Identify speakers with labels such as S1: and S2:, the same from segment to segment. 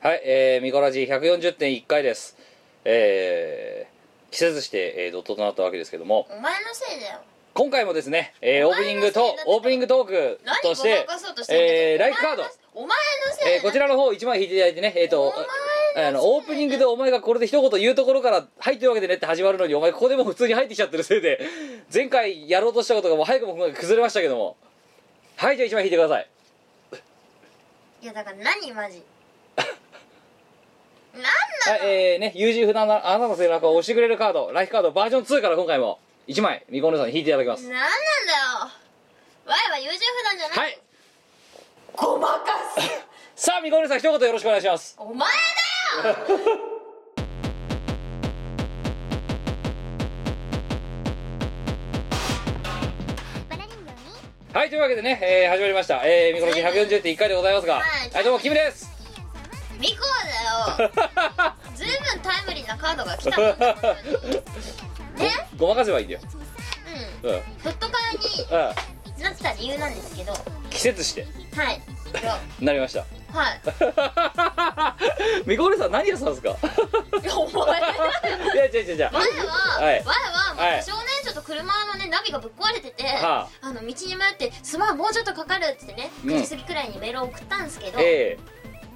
S1: はい、えー、ミコラジ140.1回です。えー、季節して、えー、ドットとなったわけですけども、
S2: お前のせいだよ
S1: 今回もですね、えー、オープニングと
S2: お前のせいだって、
S1: オープニングトーク
S2: 何
S1: として
S2: ごまかそうと、してんだよ
S1: えー、
S2: お
S1: ラ
S2: 前の
S1: イフカード、
S2: お前のせい
S1: えー、こちらの方一枚引いていただいてね、えっ、と、
S2: お前のせい
S1: あの、オープニングでお前がこれで一言言うところから入ってるわけでねって始まるのに、お前ここでもう普通に入ってきちゃってるせいで、前回やろうとしたことがもう早くも今回崩れましたけども、はい、じゃあ一枚引いてください。
S2: いやだから何マ ジなん
S1: はい、えー、ね、優柔不断なあなたの背中を押してくれるカード、ライフカードバージョン2から今回も、1枚、みこお姉さんに引いていただきます。
S2: なんなんだよわいは優柔不断じゃない、
S1: はい
S2: ごまかす
S1: さあみこお姉さん一言よろしくお願いします
S2: お前だよ バラ人形に
S1: はいというわけでね、えー始まりました、えー、みこの日140って1回でございますが
S2: はい
S1: はいどうもキムです
S2: ミコ だよずいぶんタイムリーなカードが来たもんだ本当にね
S1: ごまかせばいいんだよ、
S2: うん
S1: うんうん、
S2: ドット会になった理由なんですけどはい
S1: 季節して
S2: いや
S1: なりました
S2: はい
S1: みこお姉さん何屋さんですか
S2: いやお前
S1: いや違う違う違う
S2: 前は、
S1: はい
S2: 前は、まあ
S1: はい
S2: 少年ちょっと車のねナビがぶっ壊れてて、
S1: は
S2: あ、の道に迷って「すまんもうちょっとかかる」っつってね
S1: うん
S2: 9時過ぎくらいにメールを送ったんですけど、
S1: ええ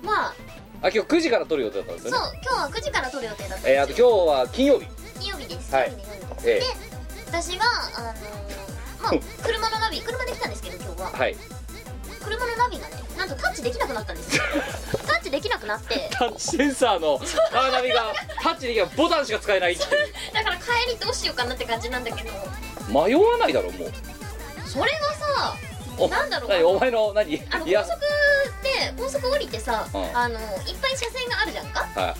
S2: まあ
S1: あ今日9時から撮る予定だったんです
S2: そう
S1: よね
S2: 今日は9時から撮る予定だったん
S1: えー、あ
S2: で
S1: と
S2: す
S1: 今
S2: よ、
S1: 日は金曜日
S2: 金曜日です、
S1: はい
S2: 金曜日なんです
S1: ええ
S2: で私はあのーまあ車のナビ車で来たんですけど今日は
S1: はい
S2: 車のナビがねなんとタッチできなくなったん ですよタッチできなくなって
S1: タッチセンサーのカーナビがタッチできないボタンしか使えないっていう
S2: だから帰りどうしようかなって感じなんだけど
S1: 迷わないだろもう
S2: それがさ
S1: お
S2: なんだろう
S1: 何お前の何い
S2: あの
S1: や
S2: 高速って高速降りてさ、
S1: うん
S2: あのいっぱい車線があるじゃんか
S1: は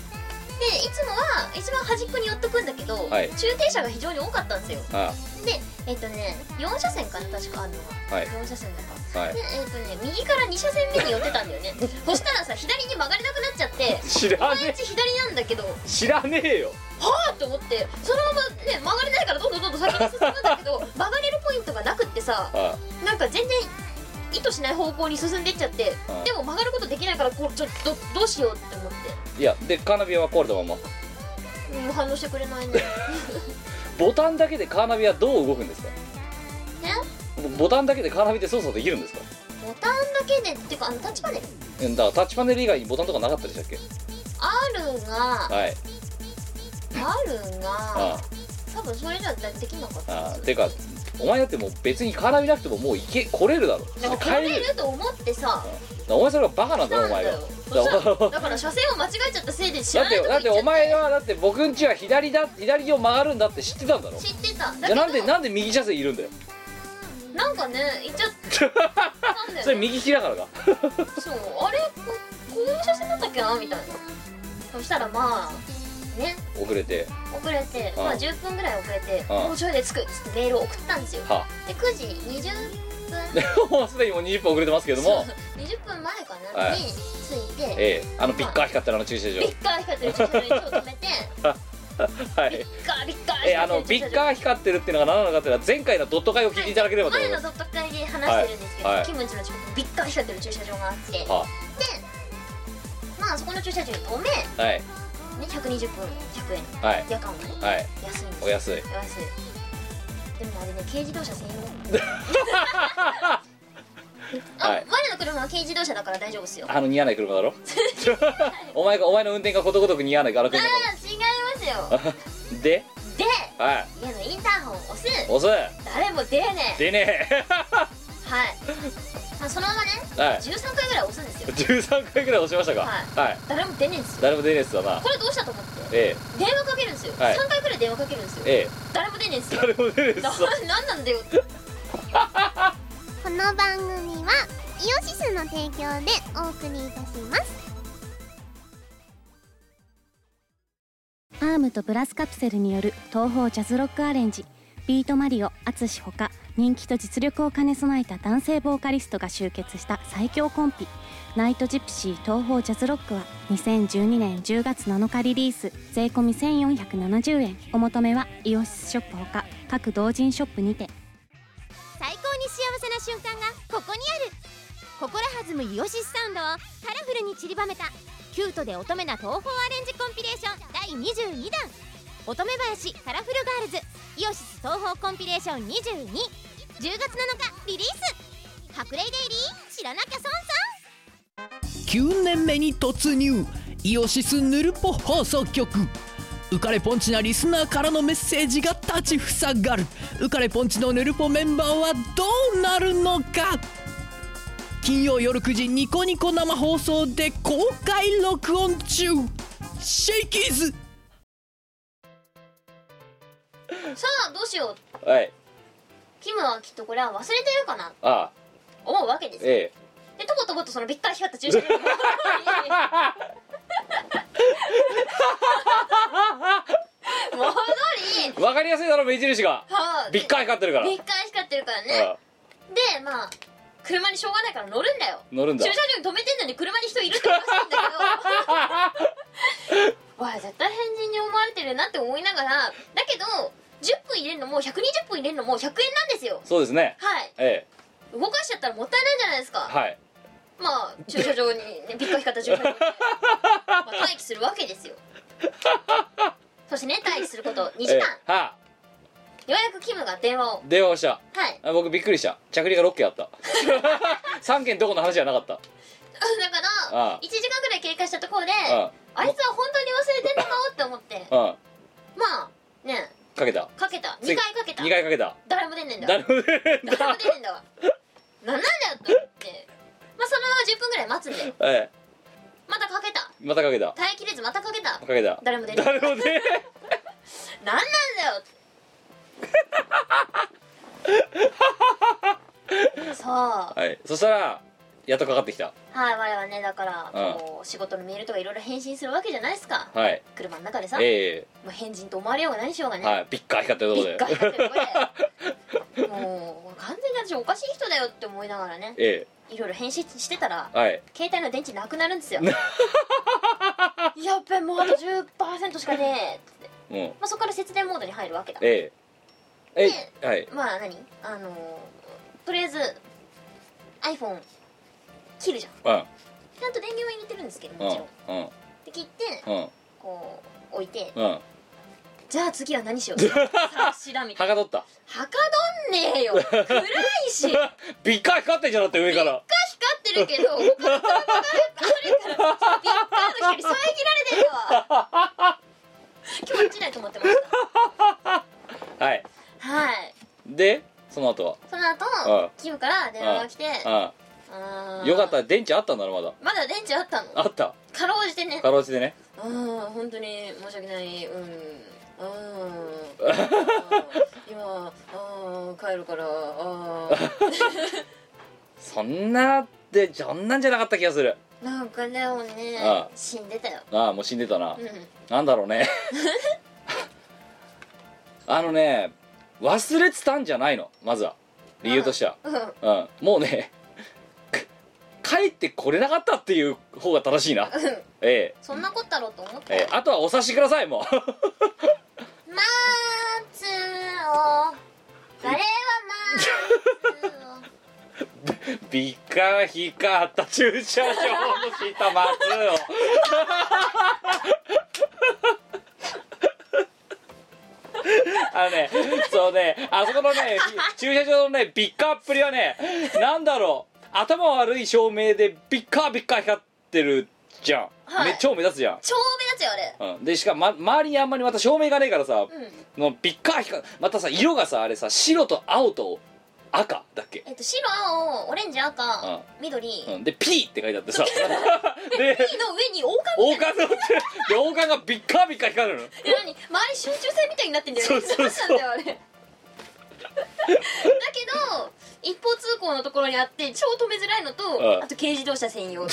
S2: でいつもは一番端っこに寄っとくんだけど、
S1: はい
S2: 駐停車が非常に多かったんですよ
S1: いは
S2: でえっ、とね4車線かな確かあるのが、
S1: はい
S2: 4車線だから
S1: いはい
S2: でえっ、とね右から2車線目に寄ってたんだよ ねそしたらさ左に曲がれなくなっちゃって
S1: 知らね
S2: 毎日左なんだけど
S1: え知らねえよ
S2: はあと思ってそのままね曲がれないからどんどんどんどん先に進むんだけど曲がれるポイントがなくってさ
S1: あ
S2: なんか全然意図しない方向に進んでっちゃって
S1: うん
S2: でも曲がることできないからこうちょっとどどうしようって思っ
S1: いやでカーナビは壊れたまま
S2: て、うん、反応してくれないねね
S1: ボタンだけでカーナビはどう動くんですかボボタンだけでカーナビって操作できるんですか
S2: ボタンだけでっていうかあのタッチパネル
S1: えだからタッチパネル以外にボタンとかなかったでしたっけ
S2: R が
S1: はい
S2: R が
S1: あ
S2: 多分それじゃできなかっ
S1: ああ
S2: た
S1: あてかお前だってもう別にカーナビなくてももう行け来れるだろ
S2: なん
S1: 帰
S2: か
S1: れ
S2: 来れ
S1: る
S2: ると思ってさ
S1: お前それはバカなんだよ
S2: なん
S1: お前
S2: だ
S1: が
S2: よ
S1: だ
S2: そ
S1: か
S2: し
S1: ら
S2: たらだから車線を間違えちゃったせいで知
S1: だ
S2: ら
S1: っ
S2: ない
S1: て
S2: とこ
S1: だっ
S2: 行っち
S1: て
S2: ゃって
S1: お前はだって僕ん家は左だ左を曲がるんだって知ってたんだろじ
S2: 知ってただ
S1: ゃ
S2: け
S1: あ
S2: ど
S1: なんでなんで右車線いるんだよ
S2: なんかね行っち ゃったんだよ、ね、
S1: それ右利きだからか
S2: そうあれここういう写真だったっけなみたいなそしたらまあね
S1: 遅れて
S2: 遅れてまあ
S1: うん
S2: 10分ぐらい遅れて
S1: うん
S2: もうちょいで着くっつってメールを送ったんですよ
S1: は
S2: で9時20分
S1: あもうすでにもう20分遅れてますけども
S2: 20分前か
S1: は
S2: ないに着いて
S1: ええあのビッカー光ったあの駐車場
S2: ビッカー光ってる駐車場に手を止めて
S1: はい
S2: ビッカービッカー
S1: えあのビッカ
S2: ー
S1: ー光ってるっていうのが何なのかっていうのは前回のドット会を聞いていただければと思い
S2: 前
S1: ま
S2: の
S1: す、
S2: ドット会で話してるんですけど、
S1: はいはい
S2: キムチの近くにビッカー光ってる駐車場があってで
S1: は
S2: まあそこの駐車場に止め、ね、
S1: あはい
S2: 120分100円
S1: はい
S2: 夜間はね
S1: はい
S2: 安いんです
S1: お
S2: よ
S1: 安い
S2: よしでもあれね軽自動車専用 あ、
S1: はい
S2: 我の車は軽自動車だから大丈夫っすよあ
S1: あの似合わない車だ ろお前がお前の運転がことごとく似合わないガラ
S2: あ
S1: ク
S2: 違います よ
S1: で
S2: で
S1: はい
S2: 家のインターホンを押す
S1: 遅い
S2: 誰も出ねえ
S1: でね
S2: はい、まあ、そのままね
S1: え はい
S2: 13回ぐらい押すんですよ
S1: 13回くらい押しましたか
S2: は
S1: はい
S2: 誰も出ねえんですよ
S1: 誰も出ねえっつだな
S2: これどうしたと思って
S1: え
S2: 電話かけるんですよ、
S1: はい
S2: 3回ぐらい電話かけるんですよ
S1: えええ
S2: 誰も出ねえんですよ
S1: 誰も出ねえっつだ
S2: ななんなん だよって
S3: この番組はイオシスの提供でお送りいたします
S4: アームとブラスカプセルによる東方ジャズロックアレンジビートマリオ淳ほか人気と実力を兼ね備えた男性ボーカリストが集結した最強コンビナイトジプシー東方ジャズロックは2012年10月7日リリース税込み1470円お求めはイオシスショップほか各同人ショップにて
S3: 最高に幸せな瞬間がここにある心弾むイオシスサウンドをカラフルに散りばめた
S5: キュートで乙女な東宝アレンジコンピレーション第22弾乙女林カラフルガールズイオシス東宝コンピレーション221月7日リリース白麗デイリー知らなきゃ損さん
S6: 9年目に突入イオシスヌルポ放送局浮かれポンチなリスナーからのメッセージが立ちふさがる浮かれポンチのヌルポメンバーはどうなるのか金曜夜9時ニコニコ生放送で公開録音中シェイキーズ
S2: さあどうしよう
S1: はい
S2: キムはきっとこれは忘れてるかな
S1: ああ
S2: 思うわけですよ
S1: え
S2: でとことことそのびっかり光った駐車場に戻り
S1: えわかりやすいだろ目印が
S2: はあ
S1: びっかり光ってるから
S2: びっかり光ってるから
S1: あ
S2: ね
S1: あ
S2: でまあ車にしょうがないから乗るんだよ
S1: 乗るんだ
S2: 駐車場に止めてんのに車に人いるっておかしいんだけど わあ絶対変人に思われてるなって思いながらだけど10分入れるのも120分入れるのも100円なんですよ
S1: そうですね
S2: はい
S1: ええ
S2: 動かしちゃったらもったいないじゃないですか
S1: はい
S2: まあ駐車場に、 ね、びっかり方駐車場に、まあ、待機するわけですよそしてね待機すること2時間、
S1: ええはあ
S2: ようやくキムが電話を
S1: 電話をした
S2: はい
S1: あ僕びっくりした着陸が6件あった 3件どこの話じゃなかった
S2: だから
S1: ああ
S2: 1時間ぐらい経過したところで
S1: あ
S2: あいつは本当に忘れてんのかもって思って
S1: うん
S2: まあね
S1: かけた
S2: かけた2回かけた
S1: 2回かけた
S2: 誰も出んねんだ
S1: なるほど
S2: 誰も出んねんだわなんなんだよと思ってまあそのまま10分ぐらい待つんだよ
S1: え
S2: またかけた
S1: えまたかけた
S2: 耐えきれずまたかけた
S1: かけた
S2: 誰も出ない
S1: 誰も出ない
S2: なんなんだよ そうは
S1: はいそしたらやっとかかってきた
S2: い我々ねだから
S1: うん
S2: こう仕事のメールとかいろいろ返信するわけじゃないですか
S1: はい
S2: 車の中でさも
S1: え
S2: う変人と思われようが何しようが
S1: え
S2: ね
S1: はいビッカー光ってるとこ
S2: びっ
S1: で
S2: かりだってこれもう完全に私おかしい人だよって思いながらね
S1: え
S2: いろいろ返信してたら
S1: えはい
S2: 携帯の電池なくなるん ですよやっべもうあと10%しかねえっつって、
S1: もう
S2: まあ、そこから節電モードに入るわけだ
S1: ええ
S2: ね
S1: えはい
S2: まあ何あのーとりあえず iPhone 切るじゃん
S1: うん
S2: ちゃんと電源は入れてるんですけど
S1: う
S2: もちろん
S1: んうん
S2: で切って
S1: うん
S2: こう置いて
S1: うん
S2: じゃあ次は何しよ うさあしらみたい
S1: はかどった
S2: なはかどんねえよ暗いし
S1: ビッカー光ってんじゃなくて上から
S2: 光ってるけど他の車があるからビッカーの光遮られてるわ今日落ちないと思ってまし
S1: はい
S2: たはい
S1: でその後
S2: その後
S1: ああ
S2: キムから電話が来て
S1: は
S2: あ
S1: うん
S2: ー
S1: よかった電池あったんだろまだ
S2: まだ電池あったの
S1: あ った
S2: かろうじてね
S1: かろうじてね
S2: ああ本当に申し訳ないうんあー今あー帰るからあ
S1: そんなってそんなんじゃなかった気がする
S2: ーなんかねもうね
S1: ああ
S2: 死んでたよ
S1: ああもう死んでたな、
S2: うん
S1: なんだろう ねあのね忘れてたんじゃないのまずは理由としては
S2: うん
S1: うんもうね か帰ってこれなかったっていう方が正しいなええ
S2: そんなこったろうと思った
S1: ええ、あとはお察しくださいもう
S2: まつを誰は まつ
S1: ビカヒカった駐車場の敷いた松を あのねそうねあそこのね駐車場のねビッカーっぷりはねなんだろう頭悪い照明でビッカービッカー光ってるじゃん、
S2: はい
S1: め超目立つじゃん
S2: 超目立つよあれ
S1: うん、でしかも、ま、周りにあんまりまた照明がねえからさ、
S2: うん
S1: のビッカー光またさ色がさあれさ白と青と赤だっけ、
S2: えっと白青オレンジ赤
S1: あ
S2: 緑ピ
S1: うん、で「P」って書いてあ ってさで
S2: の上に王冠
S1: 王冠ので王冠がビッカービッカー光るの
S2: え何周り集中戦みたいになってんだよね
S1: そうそうそう
S2: 何なんだよあれ だけど一方通行のところにあって超止めづらいの
S1: あ
S2: と
S1: あ
S2: あと軽自動車 専用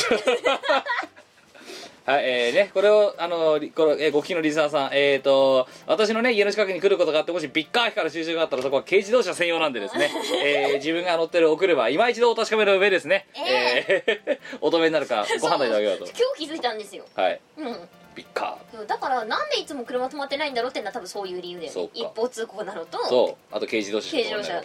S1: はいえー、ねこれをあのりこれ、えーご聞きのリスナーさんえー、と私のね家の近くに来ることがあってもしビッカー光る収集があったらそこは軽自動車専用なんでです ね、えー自分が乗ってるお車今一度お確かめの上ですね
S2: え
S1: えー 乙女になるかご判断いただければ
S2: そう
S1: と
S2: 今日気づいたんですよ
S1: はい
S2: うん
S1: ビッカー
S2: そうだからなんでいつも車止まってないんだろうってのは多分そういう理由だよ
S1: そう
S2: ね
S1: か
S2: 一方通行なのと
S1: そうあと軽自動車
S2: 軽自動車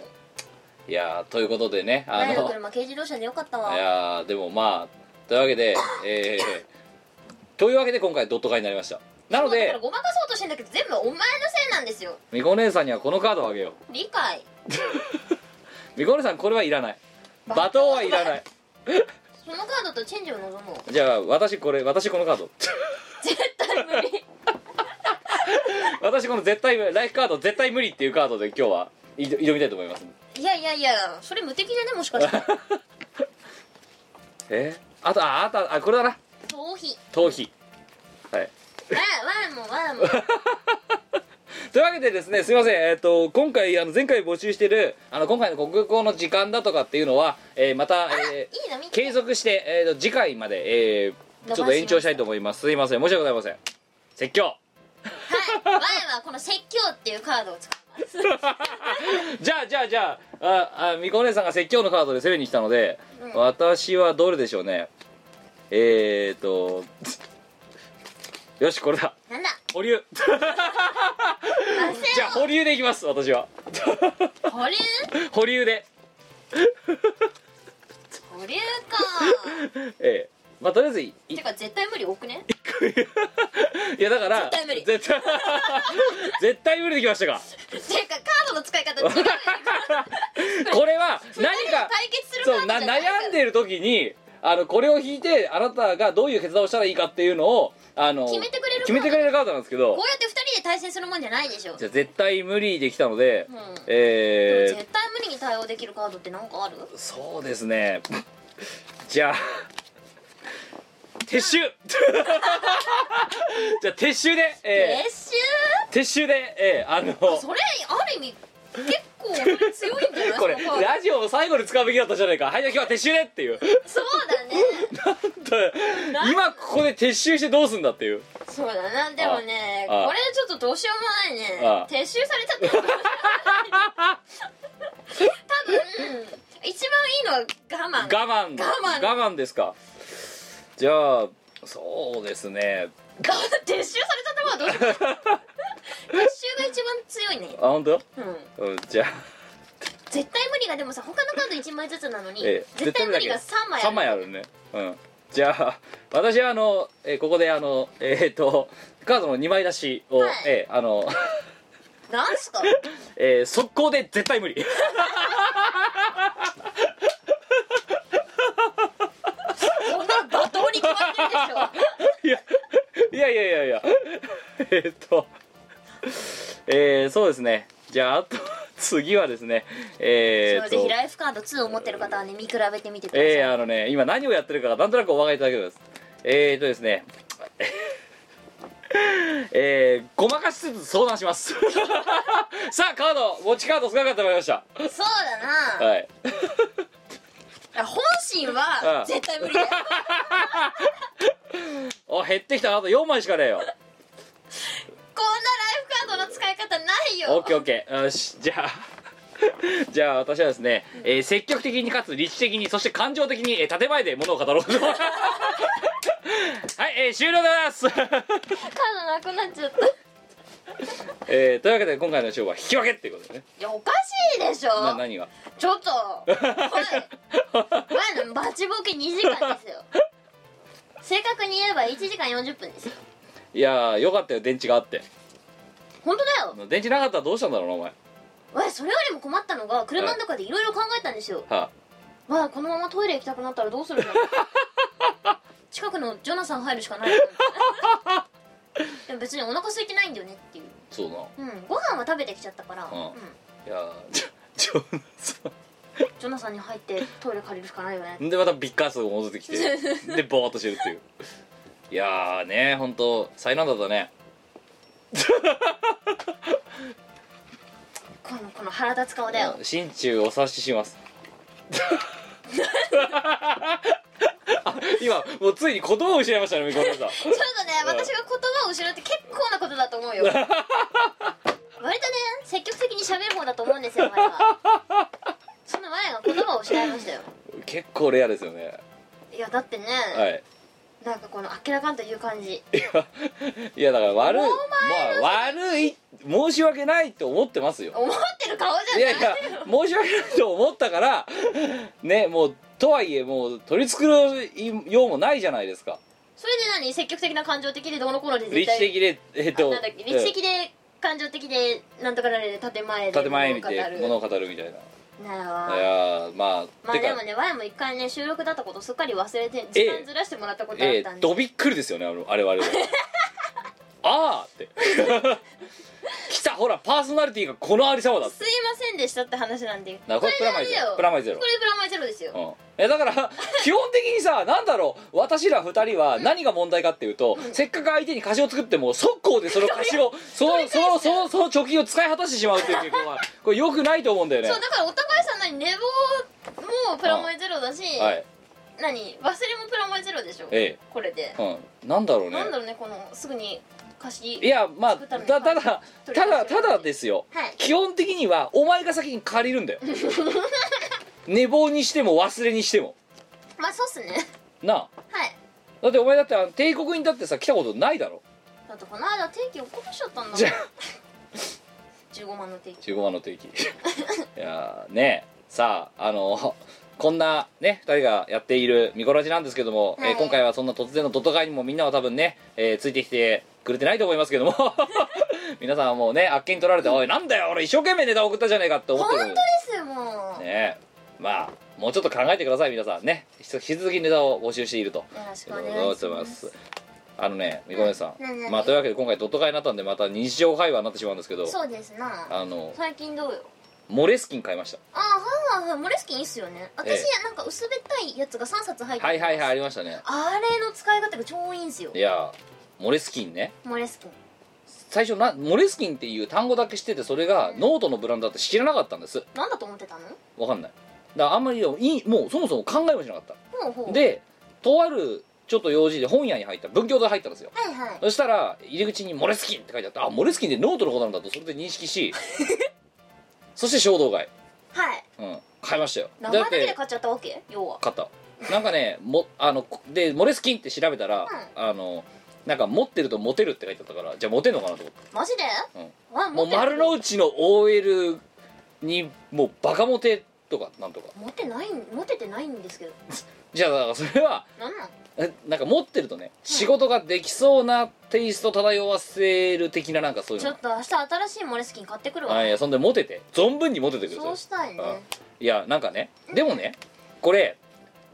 S1: いやーということでねあ
S2: 前の
S1: の
S2: 車軽自動車でよかった
S1: い
S2: わ
S1: やーでもまあというわけでえーというわけで今回ドット買いになりましたなの
S2: だか
S1: で
S2: らごまかそうとしてんだけど全部お前のせいなんですよ
S1: みこ姉さんにはこのカードをあげよ
S2: 理解
S1: うみこ姉さんこれはいらない罵倒はいらない
S2: そのカードとチェンジを望もう
S1: じゃあ私これ私このカード
S2: 絶対無理
S1: 私この絶対ライフカード絶対無理っていうカードで今日は挑挑みたいと思います
S2: いやいやいやそれ無敵じゃねもし かして
S1: えー、あとああとあこれだな
S2: 逃避
S1: 逃避はい
S2: わあわあも わあも
S1: というわけでですねすいません、えっと今回あの前回募集してるあの今回の国語の時間だとかっていうのは、えーまた、えー
S2: いいの見て
S1: 継続して、えーと次回まで、えーちょっと延長したいと思いますすいません申し訳ございません説教
S2: はいわあはこの説教っていうカードを使う
S1: じゃあじゃあじゃあああみこお姉さんが説教のカードで攻めに来たので、
S2: うん
S1: 私はどれでしょうねえーとよしこれだ
S2: なんだ
S1: 保留じゃあ保留でいきます私は
S2: 保留
S1: 保留で
S2: 保留か
S1: ええまあとりあえずいい
S2: てか絶対無理多くね
S1: いやだから
S2: 絶対無理
S1: 絶対 絶対無理できま したか
S2: てかカードの使い方違うよね
S1: これは 何か
S2: 対決するカー
S1: そうな
S2: ドじゃないから
S1: 悩んでる時にあのこれを引いてあなたがどういう決断をしたらいいかっていうのをあの
S2: 決めてくれるカ
S1: 決
S2: ード
S1: めてくれるカードなんですけど
S2: こうやって二人で対戦するもんじゃないでしょ
S1: じゃあ絶対無理できたので、
S2: うん
S1: えー
S2: 絶対無理に対応できるカードってなんかある
S1: そうですね じゃあ撤収 じゃあ撤収で、え
S2: 撤収
S1: ー撤収で、えーあの
S2: それある意味結構強いんじゃな い
S1: これ
S2: そのカード
S1: ラジオを最後に使うべきだったじゃないかはいじゃあ今日は撤収でって いう
S2: そうだね
S1: 今ここで撤収してどうすんだっていう
S2: そうだなでもね
S1: ああ
S2: これちょっとどうしようもないね
S1: ああ
S2: 撤収されちゃったらどうしようもない多分一番いいのは我慢
S1: 我慢
S2: 我慢
S1: 我慢ですかじゃあそうですね
S2: 我慢撤収されちゃったのはどうしようもない撤収が一番強いね
S1: あ本当
S2: うん
S1: うんじゃあ
S2: 絶対無理がでもさ他のカード1枚ずつなのに、
S1: ええ
S2: 絶対無理が3枚ある
S1: 3枚あるねうんじゃあ私はあの、えーここであのえっ、とカードの2枚出しを、
S2: はい
S1: えーあの、
S2: なんすか
S1: えー速攻で絶対無理
S2: そんなの罵倒に決まってるでしょ
S1: いやいやいやいやいやえーっとえー、そうですねじゃああと次はですね えー、っ
S2: そうぜひ
S1: と
S2: ライフカード2を持ってる方はね見比べてみてください、
S1: えー、あのね今何をやってるかがなんとなくお分かりいただけますえー、っとですね えー、ごまかしつつ相談します さあカード持ちカード少なかったまいりました
S2: そうだな、
S1: はい
S2: 本心
S1: あ
S2: は
S1: あ
S2: 絶対無理だよ
S1: あ減ってきたあと4枚しかねえよ
S2: こんなライフカードの使い方ないよ
S1: オッケーオッケーよしじゃあじゃあ 私はですね、えー積極的にかつ理知的にそして感情的に、えー建前で物を語ろうとはい、えー終了でございます
S2: カードなくなっちゃったい
S1: えーというわけで今回の勝負は引き分けっていうことでね
S2: やおかしいでしょ
S1: な何が
S2: ちょっと前のバチボケ2時間ですよ正確に言えば1時間40分ですよ
S1: いやーよかったよ電池があって
S2: 本当だよ
S1: 電池なかったらどうしたんだろうなお前
S2: わいそれよりも困ったのが車の中でいろいろ考えたんですよ
S1: は
S2: わあこのままトイレ行きたくなったらどうするんだろう近くのジョナサン入るしかないなでも別にお腹空いてないんだよねっていう
S1: そうな
S2: うんご飯は食べてきちゃったから、
S1: うん
S2: うん
S1: いやーちょ ちょ
S2: ジョナサンに入ってトイレ借りるしかないよね
S1: んでまたビッカースが戻ってきてでボーっとしてるっていういやーね本当災難だったね
S2: このこの腹立つ顔だよ
S1: 心中お察しし ますあ今もうついに言葉を失いましたねみこねさん
S2: ちょっとね私が言葉を失うって結構なことだと思うよ割とね積極的に喋る方だと思うんですよ前はその前が言葉を失いましたよ
S1: 結構レアですよね
S2: いやだってね、
S1: はい
S2: なんかこの明らかんという感じ
S1: いやだから悪いまあ悪い申し訳ないと思ってますよ
S2: 思ってる顔
S1: い
S2: じゃ
S1: や
S2: ない
S1: いや申し訳ないと思ったからねもうとはいえもう取り繕うようもないじゃないですか
S2: それで何積極的な感情的でどうのこうので絶
S1: 理知
S2: 対
S1: 的でえっ
S2: あ
S1: と
S2: なんだっけ理知的で感情的でなんとかなれで建前
S1: うん
S2: で
S1: 建前見て
S2: 物
S1: 物
S2: を
S1: を語るみたいな
S2: 語るなら
S1: い
S2: わ
S1: やーまあ
S2: まあ
S1: て
S2: で
S1: か
S2: もねワイも一回ね収録だったことすっかり忘れて時間ずらしてもらったことあっ
S1: え
S2: たん
S1: ー、
S2: で、
S1: どびっくりですよねあのあれはあれはあーって 来たほらパーソナリティがこのありさまだって
S2: すいませんでしたって話なんで
S1: なこれプラマイゼロプラマイゼロ
S2: これプラマイゼロですよ、
S1: うん、えだから基本的にさなんだろう私ら2人は何が問題かっていうと、せっかく相手に貸しを作っても速攻でその貸しをそのそのそのその貯金を使い果たしてしまうっていう傾向がこれよくないと思うんだよね
S2: そうだからお互いさん何寝坊もプラマイゼロだし、
S1: はい
S2: 何忘れもプラマイゼロでしょ、
S1: え
S2: これで、
S1: え、うん、なんだろうね
S2: なんだろうねこのすぐに貸し
S1: いやまあ
S2: 作った
S1: だ
S2: のに
S1: ただただただですよ
S2: はい
S1: 基本的にはお前が先に借りるんだ よ寝坊にしても忘れにしても
S2: まあそうっすね
S1: なあ
S2: はい
S1: だってお前だってあの帝国にだってさ来たことないだろ
S2: だってこの間定期落っことしちゃったんだもん
S1: じゃあ
S2: 15万の定期
S1: 15万の定 期いやーねさああのこんなね2人がやっているミコラジなんですけども、
S2: はい
S1: えー今回はそんな突然のドト会にもみんなは多分ね、えーついてきてくれてないと思いますけども 皆さんはもうねあっけに取られて「おいなんだよ俺一生懸命ネタ送ったじゃねえか」って思っ
S2: 本
S1: てる
S2: 当ですよもう、
S1: ねえまあもうちょっと考えてください皆さんね引き引き続きネタを募集していると
S2: よろしくお
S1: ありがとう
S2: 願
S1: ご
S2: いし
S1: ざいま
S2: ます
S1: すあのねみこねさん、
S2: うんうんうん
S1: まあというわけで今回ドット会になったんでまた日常会話になってしまうんですけど
S2: そうですな
S1: あの
S2: 最近どうよ
S1: モレスキン買いました
S2: ああはいはいはいモレスキンいいっすよね私、
S1: え
S2: なんか薄べったいやつが3冊入ってる
S1: はいはいはいありましたね
S2: あれの使い方が超いいんすよ
S1: いやーモレスキンね
S2: モレスキン
S1: 最初なモレスキンっていう単語だけ知っててそれがノートのブランドだって知らなかったんです
S2: なんだと思ってたの
S1: わかんないだからあんまりでもいいもうそもそも考えもしなかっ
S2: ほうほ
S1: た
S2: う
S1: でとあるちょっと用事で本屋に入った文教堂入ったんですよ
S2: はいはい
S1: そしたら入り口に「モレスキン」って書いてあってあモレスキンでノートのことなんだとそれで認識しそして衝動買い、
S2: はい
S1: うん、買いましたよ
S2: 名前だけ
S1: だ
S2: で
S1: って
S2: 買っちゃったわけ要は
S1: 買ったなんかねもあのこでモレスキンって調べたら、あのなんか持ってるとモテるって書いてあったからじゃあモテるのかなと思って
S2: マジで、あ
S1: も
S2: 持
S1: う
S2: ってない
S1: 丸の内の OL にもうバカモテとかなんとか
S2: 持ってない持っててないんですけど
S1: じゃあだからそれは
S2: なんなん
S1: えなんか持ってるとね仕事ができそうなテイスト漂わせる的ななんかそういう
S2: ちょ
S1: の
S2: っと明日新しいモレスキン買っ てくるわ、
S1: はいいやそんでモテて存分にモテてくださ
S2: そ
S1: いう
S2: したいね
S1: あいやなんかねでもねこれ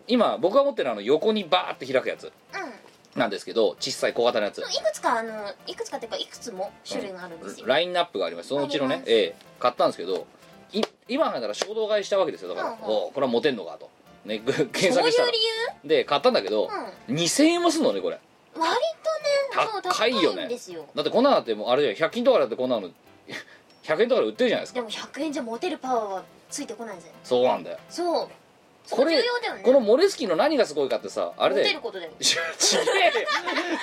S1: 今僕が持ってるあの横にバーって開くやつ
S2: う
S1: なんですけど小さい小型のやつ
S2: んいくつかあのいくつかっていうかいくつも種類があるんですよ、
S1: ラインナップがありますそのうちの
S2: あり
S1: ね
S2: ま、す
S1: ええ買ったんですけどい今なら衝動買いしたわけですよだから、
S2: うんうん
S1: おうこれはモテんのかと、ね、ぐ検
S2: そう
S1: 索
S2: いう
S1: したら
S2: 理
S1: で買ったんだけど
S2: 由、、
S1: 2000円もすんのねこれ
S2: うん、割とねそう
S1: 高いよね
S2: んですよ
S1: だってこんなのだってもうあれじゃん100均とかだってこんなの 100円とかで売ってるじゃないですか
S2: でも100円じゃモテるパワーはついてこないぜ
S1: そうなんだよ
S2: そう
S1: こ
S2: 重
S1: れ
S2: 要だよね
S1: このモレスキンの何がすごいかってさあれ
S2: モ
S1: で
S2: テることだよ
S1: ちげえよ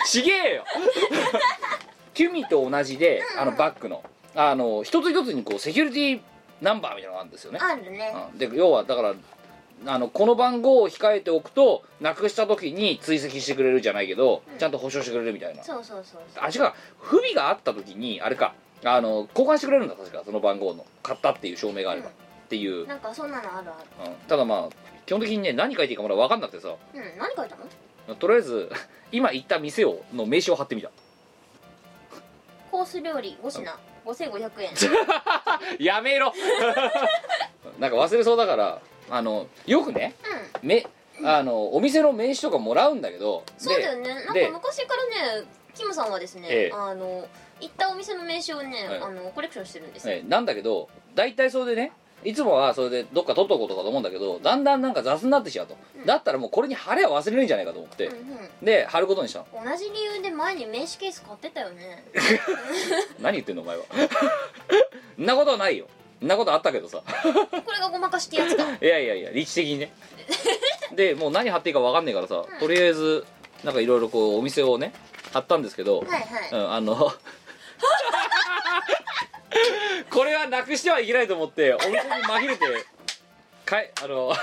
S1: ちげえよキュミと同じであのバッグのあの一つ一つにこうセキュリティナンバーみたいなのがあるんですよね
S2: あるね
S1: うんで要はだからあのこの番号を控えておくとなくした時に追跡してくれるじゃないけど、
S2: うん
S1: ちゃんと保証してくれるみたいな
S2: そうそうそうそう
S1: あ違う不備があった時にあれかあの交換してくれるんだ確かその番号の買ったっていう証明があれば、
S2: うん
S1: っていう、うん
S2: なんかそんなのあるあ
S1: ただまあ基本的にね何書いていいかまだ分かんなくてさ
S2: るうん何書いたの
S1: とりあえず 今行った店をの名刺を貼ってみた
S2: コース料理5品5500円
S1: やめろ なんか忘れそうだからあのよくね
S2: うん
S1: めあのお店の名刺とかもらうんだけど
S2: そう
S1: で
S2: だよねなんか
S1: で
S2: 昔からねキムさんはですね、
S1: ええ
S2: あの行ったお店の名刺をね、
S1: はい
S2: あのコレクションしてるんですよ、
S1: ええなんだけど大体それでねいつもはそれでどっか取っとこうとかと思うんだけどだんだんなんか雑になってきちゃうと、
S2: うん
S1: だったらもうこれに貼れば忘れるんじゃないかと思って、
S2: うんうん
S1: で貼ることにしたの
S2: 同じ理由で前に名刺ケース買ってたよね
S1: 何言ってんのお前は んなことはないよんなことあったけどさ
S2: これがごまかしってや つだ
S1: いやいやいや立地的にねでもう何貼っていいか分かんないからさ、とりあえずなんかいろいろこうお店をね貼ったんですけど、
S2: はいはい、
S1: うん、あのこれはなくしてはいけないと思ってお店に紛れてかいあの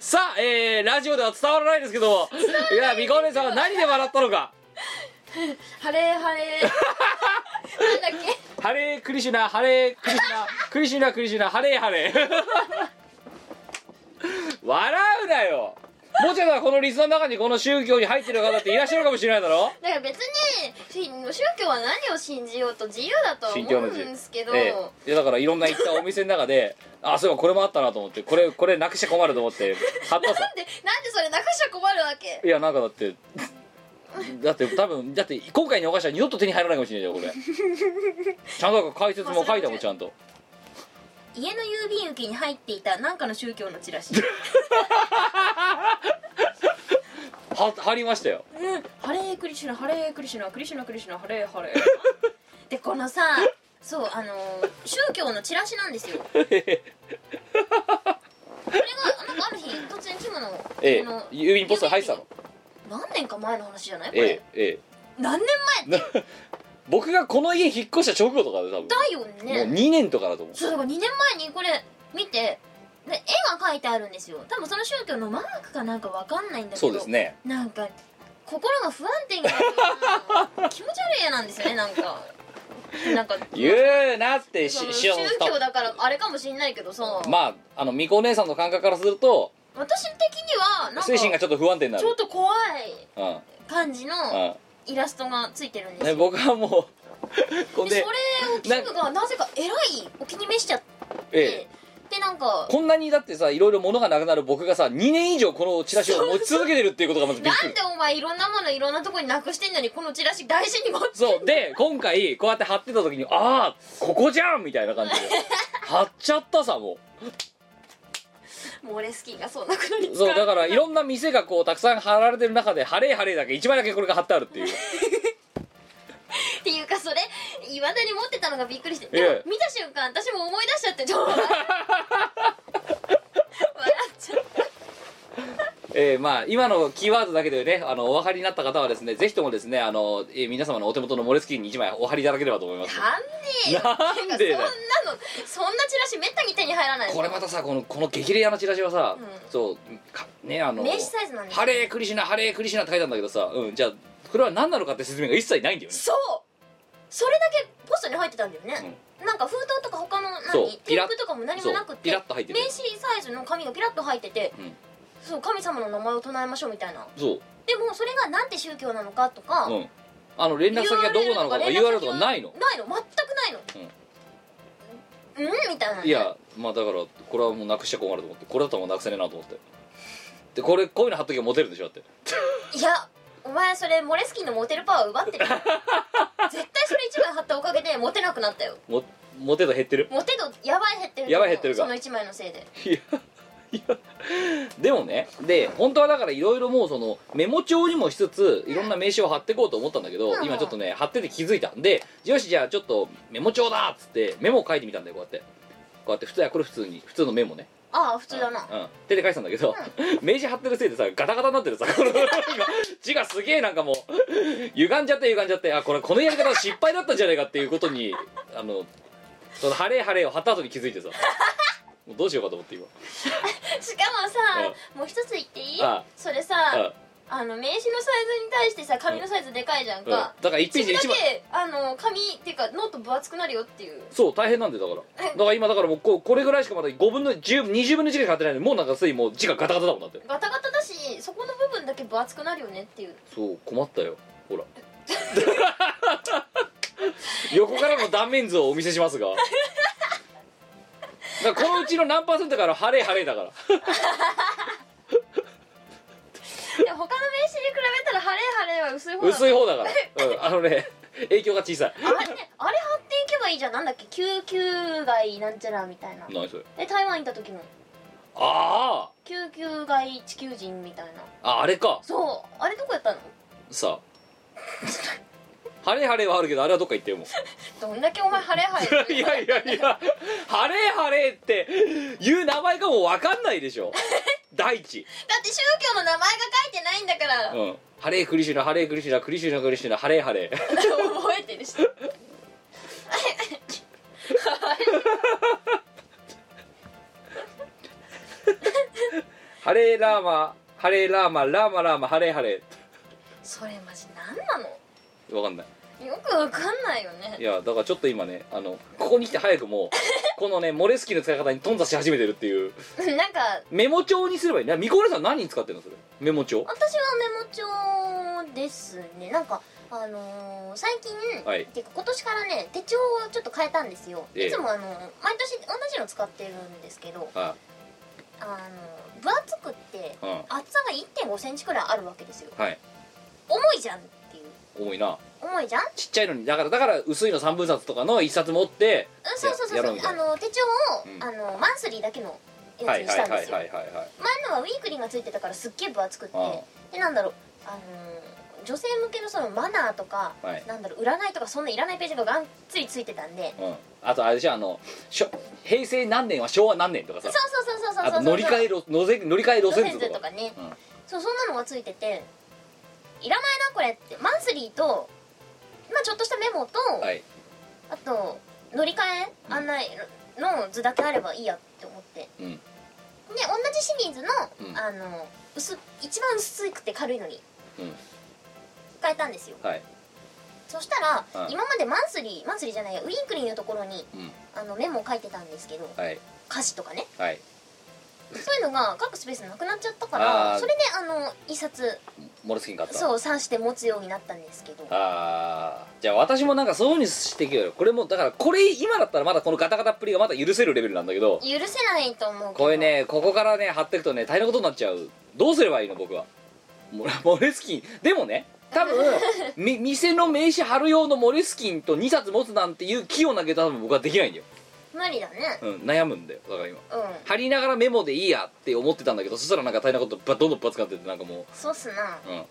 S1: さあ、えーラジオでは伝わらないですけどもいやみこお姉さんは何で笑ったのか
S2: ハレーハレー なんだっけ
S1: ハレークリシュナハレークリシュナクリシュ ナクリシュナハレーハレー笑うなよもしかしたらこのリスナーの中にこの宗教に入ってる方っていらっしゃるかもしれないだろ
S2: だから別にし宗教は何を信じようと自由だとは
S1: 信教
S2: 思う
S1: の
S2: ん
S1: 自由
S2: ですけど、
S1: ええいやだからいろんな行ったお店の中で あそういえばこれもあったなと思ってこれこれなくしちゃ困ると思って買ったさ
S2: なんでなんでそれなくしちゃ困るわけ
S1: いやなんかだって だって多分だって今回にお菓子は二度と手に入らないかもしれないよこれちゃんと解説も書いたもんちゃんと
S2: 家の郵便受けに入っていた何かの宗教のチラシ
S1: は貼りましたよ
S2: うんハレークリシュナハレークリシュナクリシュナクリシュナハレーハレーでこのさそうあのー宗教のチラシなんですよこれがなんかある日突然キムのこ
S1: ええ
S2: の
S1: 郵便ポストに入ってたの
S2: 何年か前の話じゃないこれ、
S1: えええ
S2: 何年
S1: えな僕がこの家引っ越した直後とかで多分
S2: 前だよね
S1: もう2年とかだと思う
S2: そうだから2年前にこれ見てで絵が描いてあるんですよ多分その宗教のマークかなんかわかんないんだけど
S1: そうですね
S2: なんか心が不安定になるよう な気持ち悪い絵なんですよねなんかなんか
S1: 言うなってし
S2: その
S1: し
S2: 宗
S1: よう
S2: 教だからあれかもしんないけどさ、
S1: まああのみこお姉さんの感覚からすると
S2: 私的にはなんか
S1: 精神が
S2: ち
S1: ちょっと不安定になる
S2: ょっと怖い
S1: うんうん
S2: 感じのイラストがついてるんです
S1: ね
S2: よ、
S1: 僕は もうこん
S2: で
S1: で
S2: それをキムがなぜか偉いお気に召しちゃって、
S1: ええ
S2: でなんか
S1: こんなにだってさいろいろ物がなくなる僕がさ2年以上このチラシを持ち続けてるっていうことがまずびっ
S2: な
S1: く
S2: ん
S1: り
S2: でお前いろんなものいろんなとこになくしてんのにこのチラシ大事に持って
S1: そうで今回こうやって貼ってた時にああここじゃんみたいな 感じで貼っちゃったさも
S2: もう俺スキーがそうなことに
S1: う
S2: 使
S1: そうだからいろんな店がこうたくさん貼られてる中で「貼れ貼れ」だけ一枚だけこれが貼ってあるっていう
S2: っていうかそれいまだに持ってたのがびっくりしてで
S1: ええ
S2: も見た瞬間私も思い出しちゃってちょっと 笑っちゃう
S1: えーまあ今のキーワードだけでねあのお分かりになった方はですねぜひともですねあの、えー皆様のお手元のモレスキーに一枚お貼りいただければと思います
S2: なんでよ
S1: なんでだよ
S2: てかそんなのそんなチラシめったに手に入らない
S1: これまたさこのこの激レアなチラシはさ、
S2: うん
S1: そうかねあの
S2: 名刺サイズなんです
S1: ハレークリシュナハレークリシュナって書いたんだけどさ、うん、じゃあこれは何なのかって説明が一切ないんだよね
S2: そうそれだけポストに入ってたんだよね、なんか封筒とか他の
S1: そう
S2: 何
S1: ピ
S2: テ
S1: ラ
S2: ー
S1: ッ
S2: プとかも何もなく
S1: そう
S2: て
S1: ピラッと入って
S2: 名
S1: る
S2: 刺サイズの紙がピラッと入ってて、
S1: うん
S2: そう神様の名前を唱えましょうみたいな
S1: そう、
S2: でもそれがなんて宗教なのかとか、
S1: うん、あの連絡先がどこなのかとか URL とかないの
S2: ないの全くないのうん、みたいない
S1: やまあだからこれはもうなくしちゃ困ると思ってこれだったらもうなくせねえなと思ってでこれこういうの貼っときゃモテるでしょだって
S2: いやお前それモレスキンのモテるパワー奪っ てるよ絶対それ一枚貼ったおかげでモテなくなったよ
S1: もモテ度減ってる
S2: モテ度やばい減ってると思う
S1: やばい減ってるか
S2: その一枚のせいで
S1: いやいやでもねで本当はだからいろいろもうそのメモ帳にもしつついろんな名刺を貼っていこうと思ったんだけど、
S2: うん
S1: 今ちょっとね貼ってて気づいたんでよしじゃあちょっとメモ帳だっつってメモを書いてみたんだよこうやってこうやって普通いやこれ普通に普通のメモね
S2: ああ普通だな
S1: うん、手で書いてたんだけど、名刺貼ってるせいでさガタガタになってるさこのなんか字がすげえなんかもう歪んじゃって歪んじゃってあこれこのやり方失敗だったんじゃないかっていうことにあのその「ハレーハレー」を貼った後に気づ いてさもうどうしようかと思って今
S2: しかもさもう一つ言っていい
S1: ああ
S2: それさ
S1: あ
S2: あの名刺のサイズに対してさ紙のサイズでかいじゃん
S1: うんだ
S2: か
S1: から1ページ
S2: それだ
S1: 1枚
S2: けあの紙っていうかノート分厚くなるよっていう
S1: そう大変なんでだからだから今だからもうこうこれぐらいしかまだ5分の10 20分の1ぐらい貼ってないのにもうなんかついもう字がガタガタだもんだって
S2: ガタガタだしそこの部分だけ分厚くなるよねっていう
S1: そう困ったよほら 横からの断面図をお見せしますがだからこのうちの何パーセントから晴れ晴れだから
S2: でも他の名刺に比べたら晴れ晴れは薄い方だ
S1: 薄い方だから、うん、あのね影響が小さい
S2: あれねあれ貼っていけばいいじゃんなんだっけ救急街なんちゃらみたいな
S1: 何それ
S2: で台湾行った時の
S1: あ
S2: 救急街地球人みたいな
S1: ーああれか
S2: そうあれどこやったの
S1: さあ晴れ晴れはあるけどあれはどっか行ってよもう
S2: どんだけお前晴れ晴 れ
S1: いやいやいや「晴れ晴れ」っていう名前かも分かんないでしょ第一
S2: だって宗教の名前が書いてないんだから、
S1: うん「晴れクリシュナ晴れクリシュナクリシュナクリシュナ晴れ晴れ」
S2: 覚えてるし
S1: ハレーラーマハレーラーマラーマラーマハレーハレ
S2: それマジ何なの
S1: ーわかんない
S2: よくわかんないよね
S1: いやだからちょっと今ねあのここに来て早くもう このねモレスキーの使い方に頓挫し始めてるっていう
S2: なんか
S1: メモ帳にすればいいねミコレさん何に使ってるのそれメモ帳
S2: 私はメモ帳ですねなんかあのー最近、
S1: はい
S2: てか今年からね手帳をちょっと変えたんですよ、
S1: ええ
S2: いつもあの毎年同じの使ってるんですけど
S1: あ
S2: あの分厚くって
S1: うん
S2: 厚さが1 5センチくらいあるわけですよ
S1: はい
S2: 重いじゃんっていう
S1: 重いな
S2: 重いじゃん
S1: ちっちゃいのにだからだから薄いの3分冊とかの1冊持って
S2: うんそうそうそう
S1: や
S2: そ
S1: ろ
S2: う
S1: みた
S2: あ
S1: いな
S2: の手帳を、
S1: うん
S2: あのマンスリーだけのや
S1: は
S2: つ
S1: い
S2: に
S1: は
S2: し
S1: い
S2: たん
S1: は
S2: で
S1: い
S2: すよ
S1: はいはいはい
S2: 前のはウィークリーがついてたからすっげえ分厚くって
S1: あ
S2: でなんだろうあのー女性向けのそのマナーとか、
S1: はい
S2: なんだろう占いとかそんないらないページががっつりついてたんで
S1: うんあとあれでしょあのしょ平成何年は昭和何年とか
S2: そ
S1: さ
S2: うそうそうそうそう
S1: あ
S2: そ
S1: と
S2: う
S1: 乗り換え
S2: え
S1: 路のぜ乗り換え路
S2: 路
S1: 線
S2: 線図
S1: 図
S2: と
S1: と
S2: か
S1: か
S2: ね、
S1: うん
S2: そうそんなのがついてていらないなこれってマンスリーとまあちょっとしたメモと、
S1: はい
S2: あと乗り換え案内の図だけあればいいやって思って
S1: うん
S2: で同じシリーズの,、
S1: うん
S2: あの薄一番薄くて軽いのに
S1: うん
S2: 変えたんですよ
S1: はい
S2: そしたら、
S1: うん
S2: 今までマンスリーマンスリーじゃないやウィークリーのところに
S1: うん
S2: あのメモを書いてたんですけど
S1: はい
S2: 歌詞とかね
S1: はい
S2: そういうのが書くスペースなくなっちゃったか
S1: あ
S2: ら
S1: ー
S2: それであの一冊
S1: モルスキン買った
S2: そう挿して持つようになったんですけど
S1: あーじゃあ私もなんかそういうふうにしていけよこれもだからこれ今だったらまだこのガタガタっぷりがまだ許せるレベルなんだけど
S2: 許せないと思うけど
S1: これねここからね貼っていくとね大変なことになっちゃうどうすればいいの僕はモモレスキンでもね多 分み店の名刺貼る用のモレスキンと2冊持つなんていう器を投げたら多分僕はできないんだよ、
S2: 無理だね
S1: うん、悩むんだよだから今
S2: うん
S1: 貼りながらメモでいいやって思ってたんだけどそしたらなんか大変なことばどんどんぶつかっててなんかも
S2: そうっすなあっ
S1: う、うん、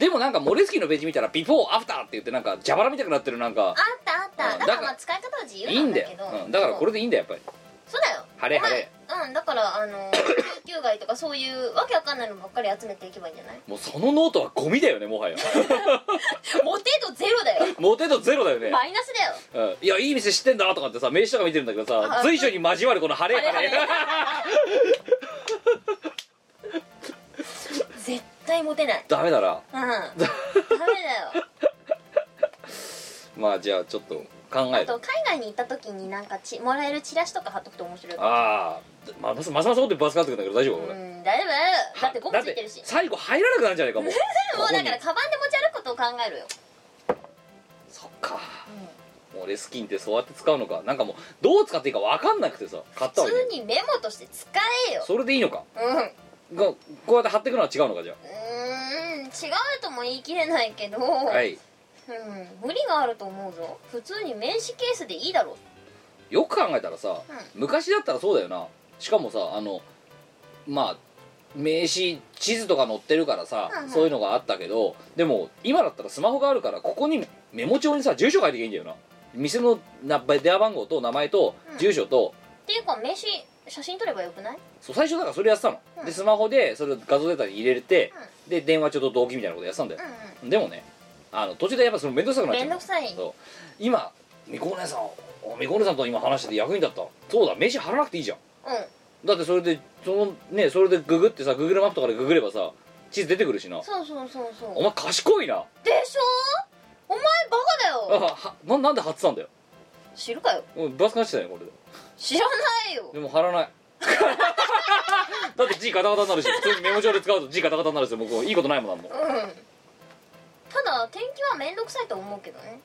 S1: でもなんかモレスキンのページ見たらビフォーアフターって言ってなんか蛇腹みたくなってるなんか
S2: たあっ
S1: う
S2: た
S1: んだ
S2: だか
S1: から
S2: らまあ使い方は自由
S1: いい
S2: なん
S1: んだ
S2: だ
S1: よ
S2: けど、
S1: うん、だからこれ
S2: で
S1: でいいんだよやっぱ
S2: そうだよ
S1: 晴れ
S2: お前
S1: 晴
S2: うんだから あの救急外とかそういうわけわかんないのばっかり集めていけばいいん じゃない
S1: りもうそのノートはゴミだよねもはや
S2: モテ度ゼロだよ
S1: モテ度ゼロだよね
S2: マイナスだよ
S1: うんいやいい店知ってんだとかってさ名刺とか見てるんだけどさ
S2: あ
S1: 随所に交わるこの晴れ晴れ
S2: 晴れ絶対モテない
S1: ダメだな
S2: うんダメだよ
S1: まあじゃあちょっと考
S2: あ
S1: える
S2: と海外に行った時になんかちもらえるチラシとか貼っとくと面白いかも
S1: ああまますますますことでバスカってくんだけど大丈夫
S2: う
S1: これ
S2: ん大丈夫だって5個ついてるし
S1: だ最後入らなくなるんじゃないかもう
S2: もうだから
S1: ここに
S2: カバンで持ち歩くことを考えるよ
S1: そっかもうレスキンってそうやって使うのかなんかもうどう使っていいか分かんなくてさ買ったわ
S2: 普
S1: け
S2: 通にメモとして使えよ
S1: それでいいのか
S2: うんう
S1: がこうやって貼っていくのは違うのかじゃ
S2: ーん違うとも言い切れないけど、
S1: あはい
S2: うん、無理があると思うぞ普通に名刺ケースでいいだろ
S1: よく考えたらさ、
S2: う
S1: 昔だったらそうだよなしかもさあのまあ名刺地図とか載ってるからさ、
S2: うんうん
S1: そういうのがあったけどでも今だったらスマホがあるからここにメモ帳にさ住所書いていいんだよな店のな電話番号と名前と
S2: うん
S1: 住所と、
S2: っていうか名刺写真撮ればよくない
S1: そう最初だからそれやってたの、
S2: うん
S1: でスマホでそれを画像データに入れて、で電話帳と同期みたいなことやってたんだよ
S2: う、ん
S1: でもねあの途中でやっぱその面倒くさく
S2: うん
S1: なっちゃ
S2: 面
S1: う
S2: 倒くさい
S1: そう今みこお姉さんおみこお姉さんと今話してて役に立ったそうだ名刺貼らなくていいじゃん
S2: う
S1: だってそれでそのねそれでググってさグーグルマップとかでググればさ地図出てくるしなん
S2: そうそうそうそう
S1: お前賢いな
S2: でしょお前バ
S1: あ
S2: カだよ
S1: はななんで貼ってたんだよ
S2: 知るかよ
S1: うんバスカしてたよこれで
S2: 知らないよ
S1: でも貼らない だって字ガタガタになるし普通にメモ帳で使うと字ガタガタになるしもうこういいことないもんなんも
S2: うんただ天気は面倒くさいと思うけどね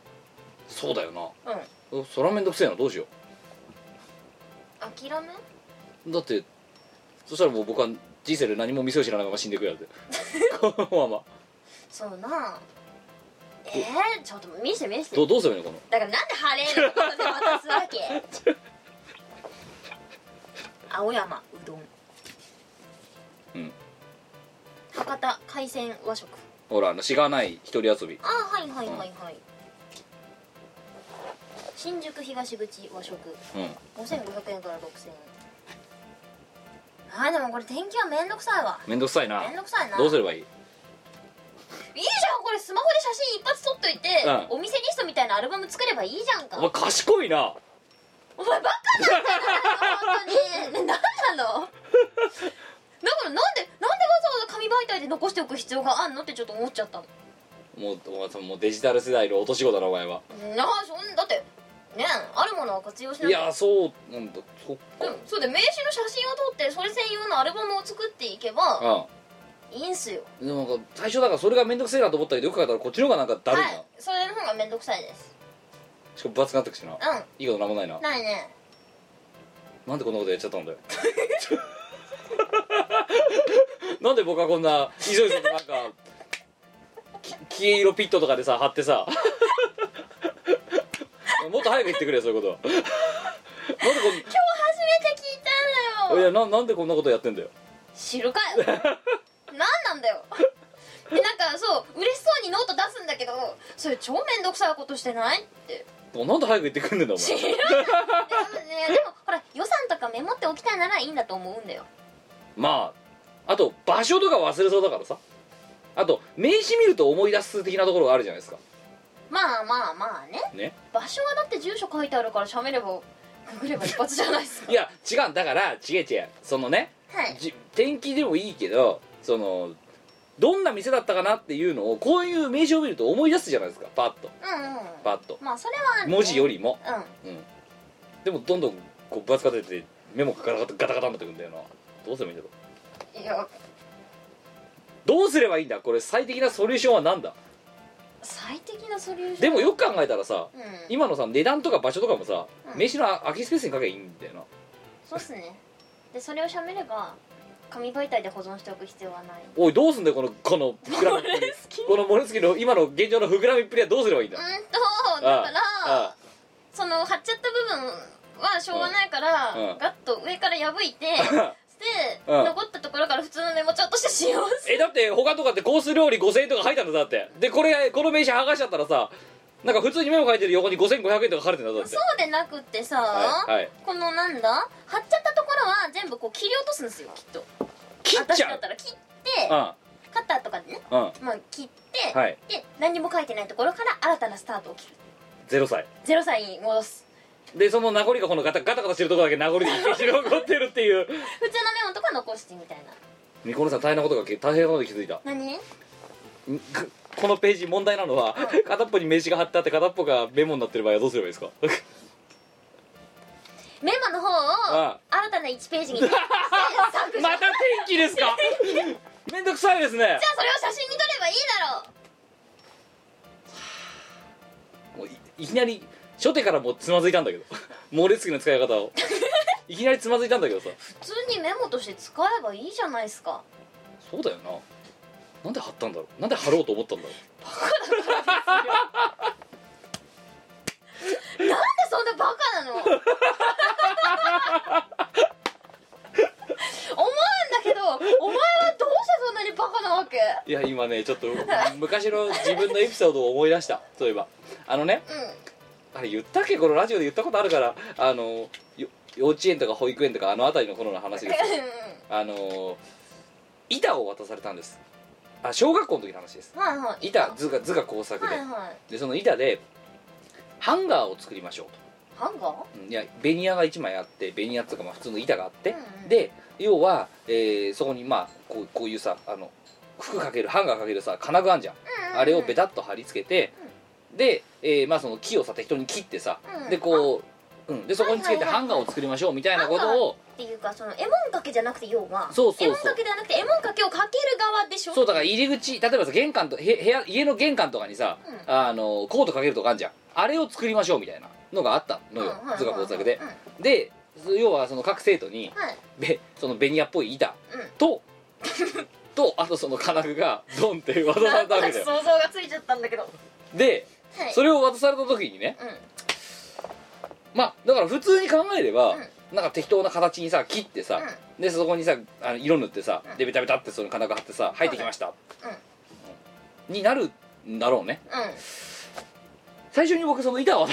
S1: そうだよな
S2: うん
S1: うんそらめんどくせえなどうしよ
S2: 諦め
S1: うだってそしたらもう僕は人生で何も店を知らないまま死んでいくやでこのまま
S2: そうなえー、ちょっと見せて見せて
S1: どどうすればいいのこの
S2: だからなんで晴れのここで渡すわけ 青山うどん
S1: うん
S2: 博多海鮮和食
S1: ほらあのしがない一人遊び
S2: ああはいはいはいはい、新宿東口和食
S1: うん
S2: 5500円から6000円あーでもこれ天気はめんどくさいわ
S1: めんどくさいな
S2: めんどくさいな
S1: どうす
S2: いい
S1: ればいい
S2: じゃんこれスマホで写真一発撮っといて、
S1: う
S2: お店リストみたいなアルバム作ればいいじゃんか
S1: お前賢いな
S2: お前バカな んじゃないの本当にね何なのだからなんでなんでわざわざ紙媒体で残しておく必要があんのってちょっと思っちゃったの
S1: もうお前さもうデジタル世代の落とし子だなお前は
S2: なあそんだってねあるものは活用しないいと
S1: やそうなんだそっ
S2: で
S1: か
S2: もそうで名刺の写真を撮ってそれ専用のアルバムを作っていけば
S1: あ
S2: いいんすよ
S1: あでもなんか最初だからそれが面倒くせえなと思ったけどよく考えたらこっちの方がなんかだるい
S2: は
S1: な、
S2: いそれの方がめんどくさいです
S1: しかも分厚くなってくしな
S2: う
S1: いいことなんもないなん
S2: ないね
S1: なんでこんなことやっちゃったんだよ なんで僕はこんな急いでなんかき黄色ピットとかでさ貼ってさ もっと早く言ってくれよそういうことはなんでこん
S2: 初めて聞いたんだよ
S1: いやななんでこんなことやってんだよ
S2: 知るかよ 何なんだよでなんかそう嬉しそうにノート出すんだけどそれ超めんどくさいことしてないって
S1: なんで早く言ってくんねんだお
S2: 知
S1: 前
S2: るかでもねでもほら予算とかメモっておきたいならいいんだと思うんだよ
S1: まああと場所とか忘れそうだからさあと名刺見ると思い出す的なところがあるじゃないですか
S2: まあまあまあね
S1: ね
S2: 場所はだって住所書いてあるから喋ればググれば一発じゃないです か
S1: いや違うんだから違え違えそのね
S2: はい
S1: じ天気でもいいけどそのどんな店だったかなっていうのをこういう名称を見ると思い出すじゃないですかパッと
S2: うんうん
S1: パッと
S2: まあそれは、
S1: 文字よ
S2: り
S1: りも
S2: うん
S1: うんでもどんどんこうぶ厚か出てメモがガタガタガタガタになってくんだよなどうすればいいんだろう
S2: いや
S1: どうすればいいんだこれ最適なソリューションは何だ
S2: 最適なソリューション
S1: でもよく考えたらさ
S2: うん
S1: 今のさ値段とか場所とかもさ、
S2: うん
S1: 名刺の空きスペースに書けばいいんだよな
S2: そうっすねでそれを喋れば紙媒体で保存しておく必要はない
S1: おいどうすんだよこのこの膨らみっぷりこのモレスキの今の現状の膨らみっぷりはどうすればいいんだ
S2: うんとだからその貼っちゃった部分はしょうがないから、
S1: うんうん
S2: ガッと上から破いて
S1: ああ
S2: で、
S1: うん
S2: 残ったところから普通のメモ帳として使用する
S1: えだって他とかってコース料理5000円とか入ったんだだってでこれこの名刺剥がしちゃったらさなんか普通にメモ書いてる横に5500円とか書かれてんだだって
S2: そうでなくってさ、
S1: はいはい
S2: このなんだ貼っちゃったところは全部こう切り落とすんですよきっと
S1: 切っち
S2: 私だ
S1: ゃ
S2: ったら切って
S1: う
S2: カッターとかでね、
S1: うんうん
S2: まあ、切って、
S1: はい
S2: で何にも書いてないところから新たなスタートを切る
S1: 0歳
S2: 0歳に戻す
S1: でその名残がこのガタガタガタしてるとこだけ名残で一生残ってるっていう
S2: 普通のメモとか残してみたいな
S1: ニコルさん大変なことが大変なことに気づいた
S2: 何
S1: んくこのページ問題なのは片っぽに名刺が貼ってあって片っぽがメモになってる場合はどうすればいいですか
S2: メモの方
S1: あ
S2: を新たな1ペ ージにして削除
S1: また天気ですかめんどくさいですね
S2: じゃあそれを写真に撮ればいいだろう
S1: もういいきなり初手からもうつまずいたんだけど 猛烈機の使い方をいきなりつまずいたんだけどさ
S2: 普通にメモとして使えばいいじゃないですか
S1: そうだよななんで貼ったんだろうなんで貼ろうと思ったんだろう
S2: なんでそんなバカ なの思うんだけどお前はどうしてそんなにバカなわけ
S1: いや今ねち ょっと昔の自分のエピソードを思い出したそういえばあのね
S2: う
S1: あれ言ったっけこのラジオで言ったことあるからあのよ幼稚園とか保育園とかあの辺りの頃の話 ですよ
S2: ん
S1: あの板を渡されたんですあ小学校の時の話です
S2: はいはい
S1: 板図が図が工作
S2: は
S1: で
S2: いはい
S1: でその板でハンガーを作りましょうと
S2: ハンガー
S1: うんいやベニヤが1枚あってベニヤっていうかまあ普通の板があって、
S2: うんうん
S1: で要は、えーそこにまあこうこういうさあの服かけるハンガーかけるさ金具あんじゃん,、あれをベタっと貼り付けて、で、えーまあその木をさ適当に切ってさ、
S2: うん
S1: でこう、うん、でそこにつけて
S2: はいはいはい
S1: ハンガーを作りましょうみたいなことを
S2: っていうかその絵文掛けじゃなくて要は
S1: そうそうそう
S2: 絵文掛けではなくて絵文掛けをかける側でしょ
S1: そうだから入り口例えばさ玄関とへ部屋家の玄関とかにさ、
S2: うん
S1: あのコートかけるとかあんじゃんあれを作りましょうみたいなのがあったの
S2: うん
S1: よ、
S2: はいはい
S1: 図画工作で
S2: うん、
S1: で要はその各生徒に、
S2: はい
S1: べそのベニヤっぽい板
S2: うん
S1: と、 とあとその金具がドンって 渡されたわけだよ
S2: 想像がついちゃったんだけど
S1: で
S2: はい
S1: それを渡された時にね
S2: うん
S1: まあだから普通に考えれば、
S2: う
S1: なんか適当な形にさ切ってさ、
S2: う
S1: でそこにさあの色塗ってさ、
S2: うん
S1: でベタベタってその金具貼ってさ入ってきました、
S2: うん
S1: うんになるんだろうね
S2: う
S1: 最初に僕その板を渡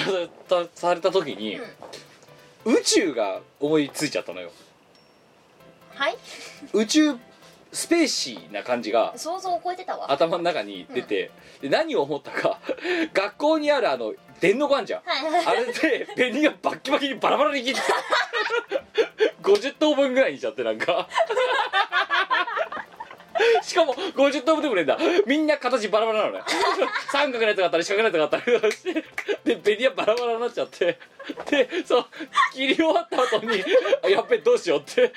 S1: さされた時に、
S2: んうん
S1: 宇宙が思いついちゃったのよ
S2: はい
S1: 宇宙スペーシーな感じが
S2: 想像を超えてたわ
S1: 頭の中に出て、で何を思ったか学校にあるあの電の管じゃん
S2: はいはい
S1: あれでペニがバッキバキにバラバラに切って50等分ぐらいにしちゃってなんかしかも50頭分でもねえんだみんな形バラバラなのね三角のやつがあったり四角のやつがあったりとかしてでベニヤバラバラになっちゃってでそう切り終わった後にあやっべどうしようって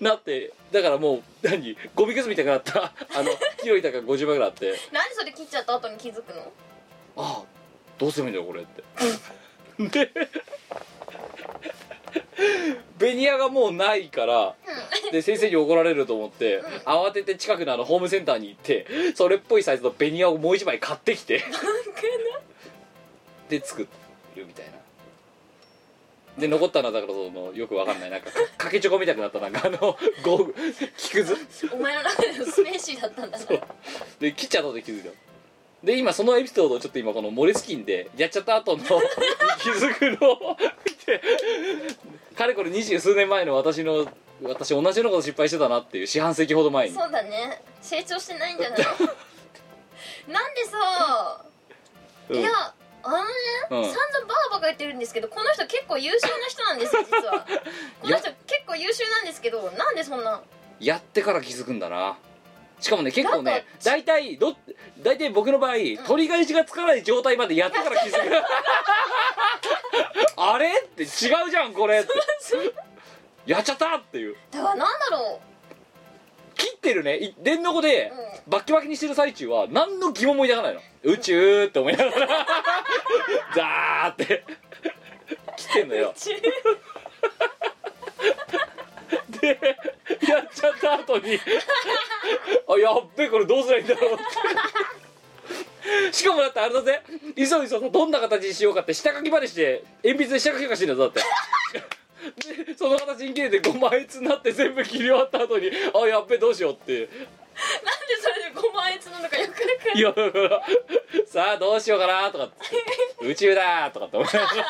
S1: なってだからもう何ゴミくずみたいになったあの木の板が50枚ぐらいあって
S2: なんでそれ切っちゃった後に気づくの
S1: ああどうすればいいんだよこれってでベニヤがもうないからで先生に怒られると思って慌てて近くのあのホームセンターに行ってそれっぽいサイズのベニヤをもう一枚買ってきてで作るみたいなで残ったのはだからそのよくわかんないなんかかかけチョコみたいになったなんかあのゴーグ木くず
S2: お前の中でのスペーシーだったんだな
S1: そうで切っちゃったで気づいたので今そのエピソードをちょっと今このモレスキンでやっちゃった後の気づくのを見てかれこれ二十数年前の私の私同じようなこと失敗してたなっていう四半世紀ほど前に
S2: そうだね成長してないんじゃないなんでさ、
S1: うん
S2: いやあのね、
S1: うん
S2: 散々バーバカ言ってるんですけどこの人結構優秀な人なんですよ 実はこの人結構優秀なんですけどなんでそんな
S1: やってから気づくんだなしかもね結構
S2: なん
S1: ね
S2: か
S1: 大体ど大体僕の場合取り返しがつかない状態までやってから 気づくあれって違うじゃんこれってやっちゃったっていう
S2: だからなんだろ
S1: 切ってるねい電の子で
S2: う
S1: バッキバキにしてる最中は何の疑問も抱かないの宇宙って思いながらザーって切ってんのよでやっちゃった後にあやっべこれどうすりゃいいんだろうってしかもだってあれだぜ急いそさどんな形にしようかって下書きまでして鉛筆で下書きかしてんだぞだってでその形に切れて5枚つになって全部切り終わった後にあやっべどうしようって
S2: うなんでそれで5万円つなのかよくわかんない
S1: いやだから さあどうしようかなとかって言って宇宙だーとかって思いながら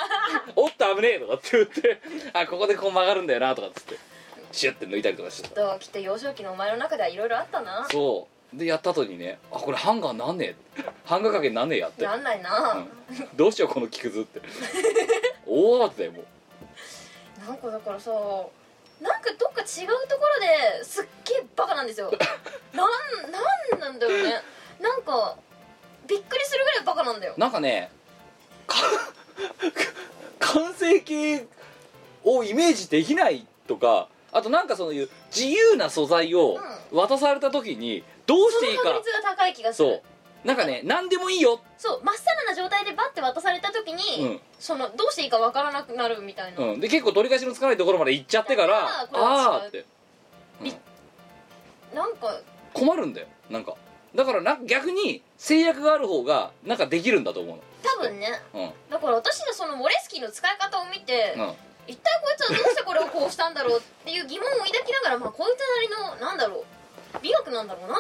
S1: おっと危ねえとかって言ってあここでこう曲がるんだよなとかっつってシュッて抜いたりとかしてた
S2: だからきっと幼少期のお前の中ではいろいろあったな
S1: そうでやった後にねあこれハンガーなんねえハンガーかけなんねえやって
S2: なんないな、
S1: うんどうしようこの木くずって大慌てだよもう
S2: なんかだからさなんかどっか違うところですっげえバカなんですよなんなんなんだろうねなんかびっくりするぐらいバカなんだよ
S1: なんかねか完成形をイメージできないとかあとなんかそのいう自由な素材を渡された時にどうし
S2: その
S1: ていいか
S2: 確率が高い気がす
S1: そ
S2: る
S1: うなんかね何でもいいよ
S2: そうまっさらな状態でバッて渡された時に、
S1: うん
S2: そのどうしていいかわからなくなるみたいな、
S1: うん、で結構取り返しのつかないところまで行っちゃってから
S2: だ
S1: あ
S2: からこれは違う
S1: あーって
S2: なんか
S1: 困るんだよなんかだからな逆に制約がある方がなんかできるんだと思
S2: 多分ね
S1: うの
S2: だから私のそのモレスキーの使い方を見て、
S1: うんうん
S2: 一体こいつはどうしてこれをこうしたんだろうっていう疑問を抱きながら、まあ、こいつなりのなんだろう美学なんだろうな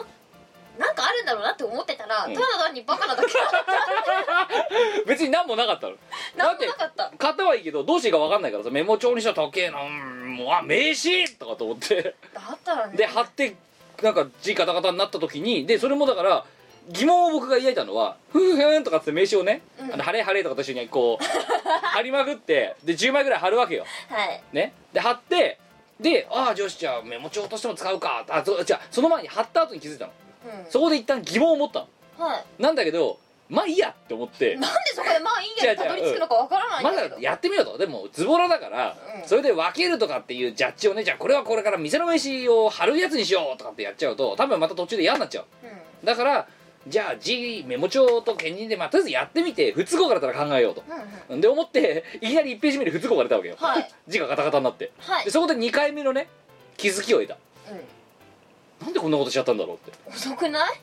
S2: なんかあるんだろうなって思ってたら、
S1: うん
S2: ただ単にバカなだけだった
S1: 別に何もなかったのだ
S2: 何
S1: っ
S2: も
S1: て
S2: なかった
S1: 買ったはいいけどどうしていいか分かんないからさメモ帳にしたら高えなうんもうあ名刺とかと思 って
S2: だったらね
S1: で貼ってなんか字カタカタになった時にでそれもだから疑問を僕が抱いたのは「ふんふん」とかっつって名刺をね「
S2: うん
S1: あの晴れ晴れ」とかと一緒にこ う貼りまくってで10枚ぐらい貼るわけよ。
S2: はい
S1: ね、で貼ってでああ上司じゃあメモ帳としても使うかあそじゃあその前に貼った後に気づいたの
S2: うん
S1: そこで一旦疑問を持ったの
S2: はい
S1: なんだけどまあいいやって思って
S2: なんでそこでまあいいやにたどり着くのかわからないん
S1: ま
S2: だけど
S1: だやってみようとでもズボラだから、
S2: うん
S1: それで分けるとかっていうジャッジをねじゃあこれはこれから店の飯を貼るやつにしようとかってやっちゃうと多分また途中で嫌になっちゃう
S2: う
S1: だからじゃあ G メモ帳と兼任で、まあ、とりあえずやってみて不都合からだったら考えようと、
S2: んうんうん
S1: で思っていきなり1ページ目に不都合が出たわけよ、
S2: はい
S1: 字がガタガタになって
S2: はい
S1: でそこで2回目のね気づきを得たなんでこんなことしちゃったんだろうって
S2: うん遅くない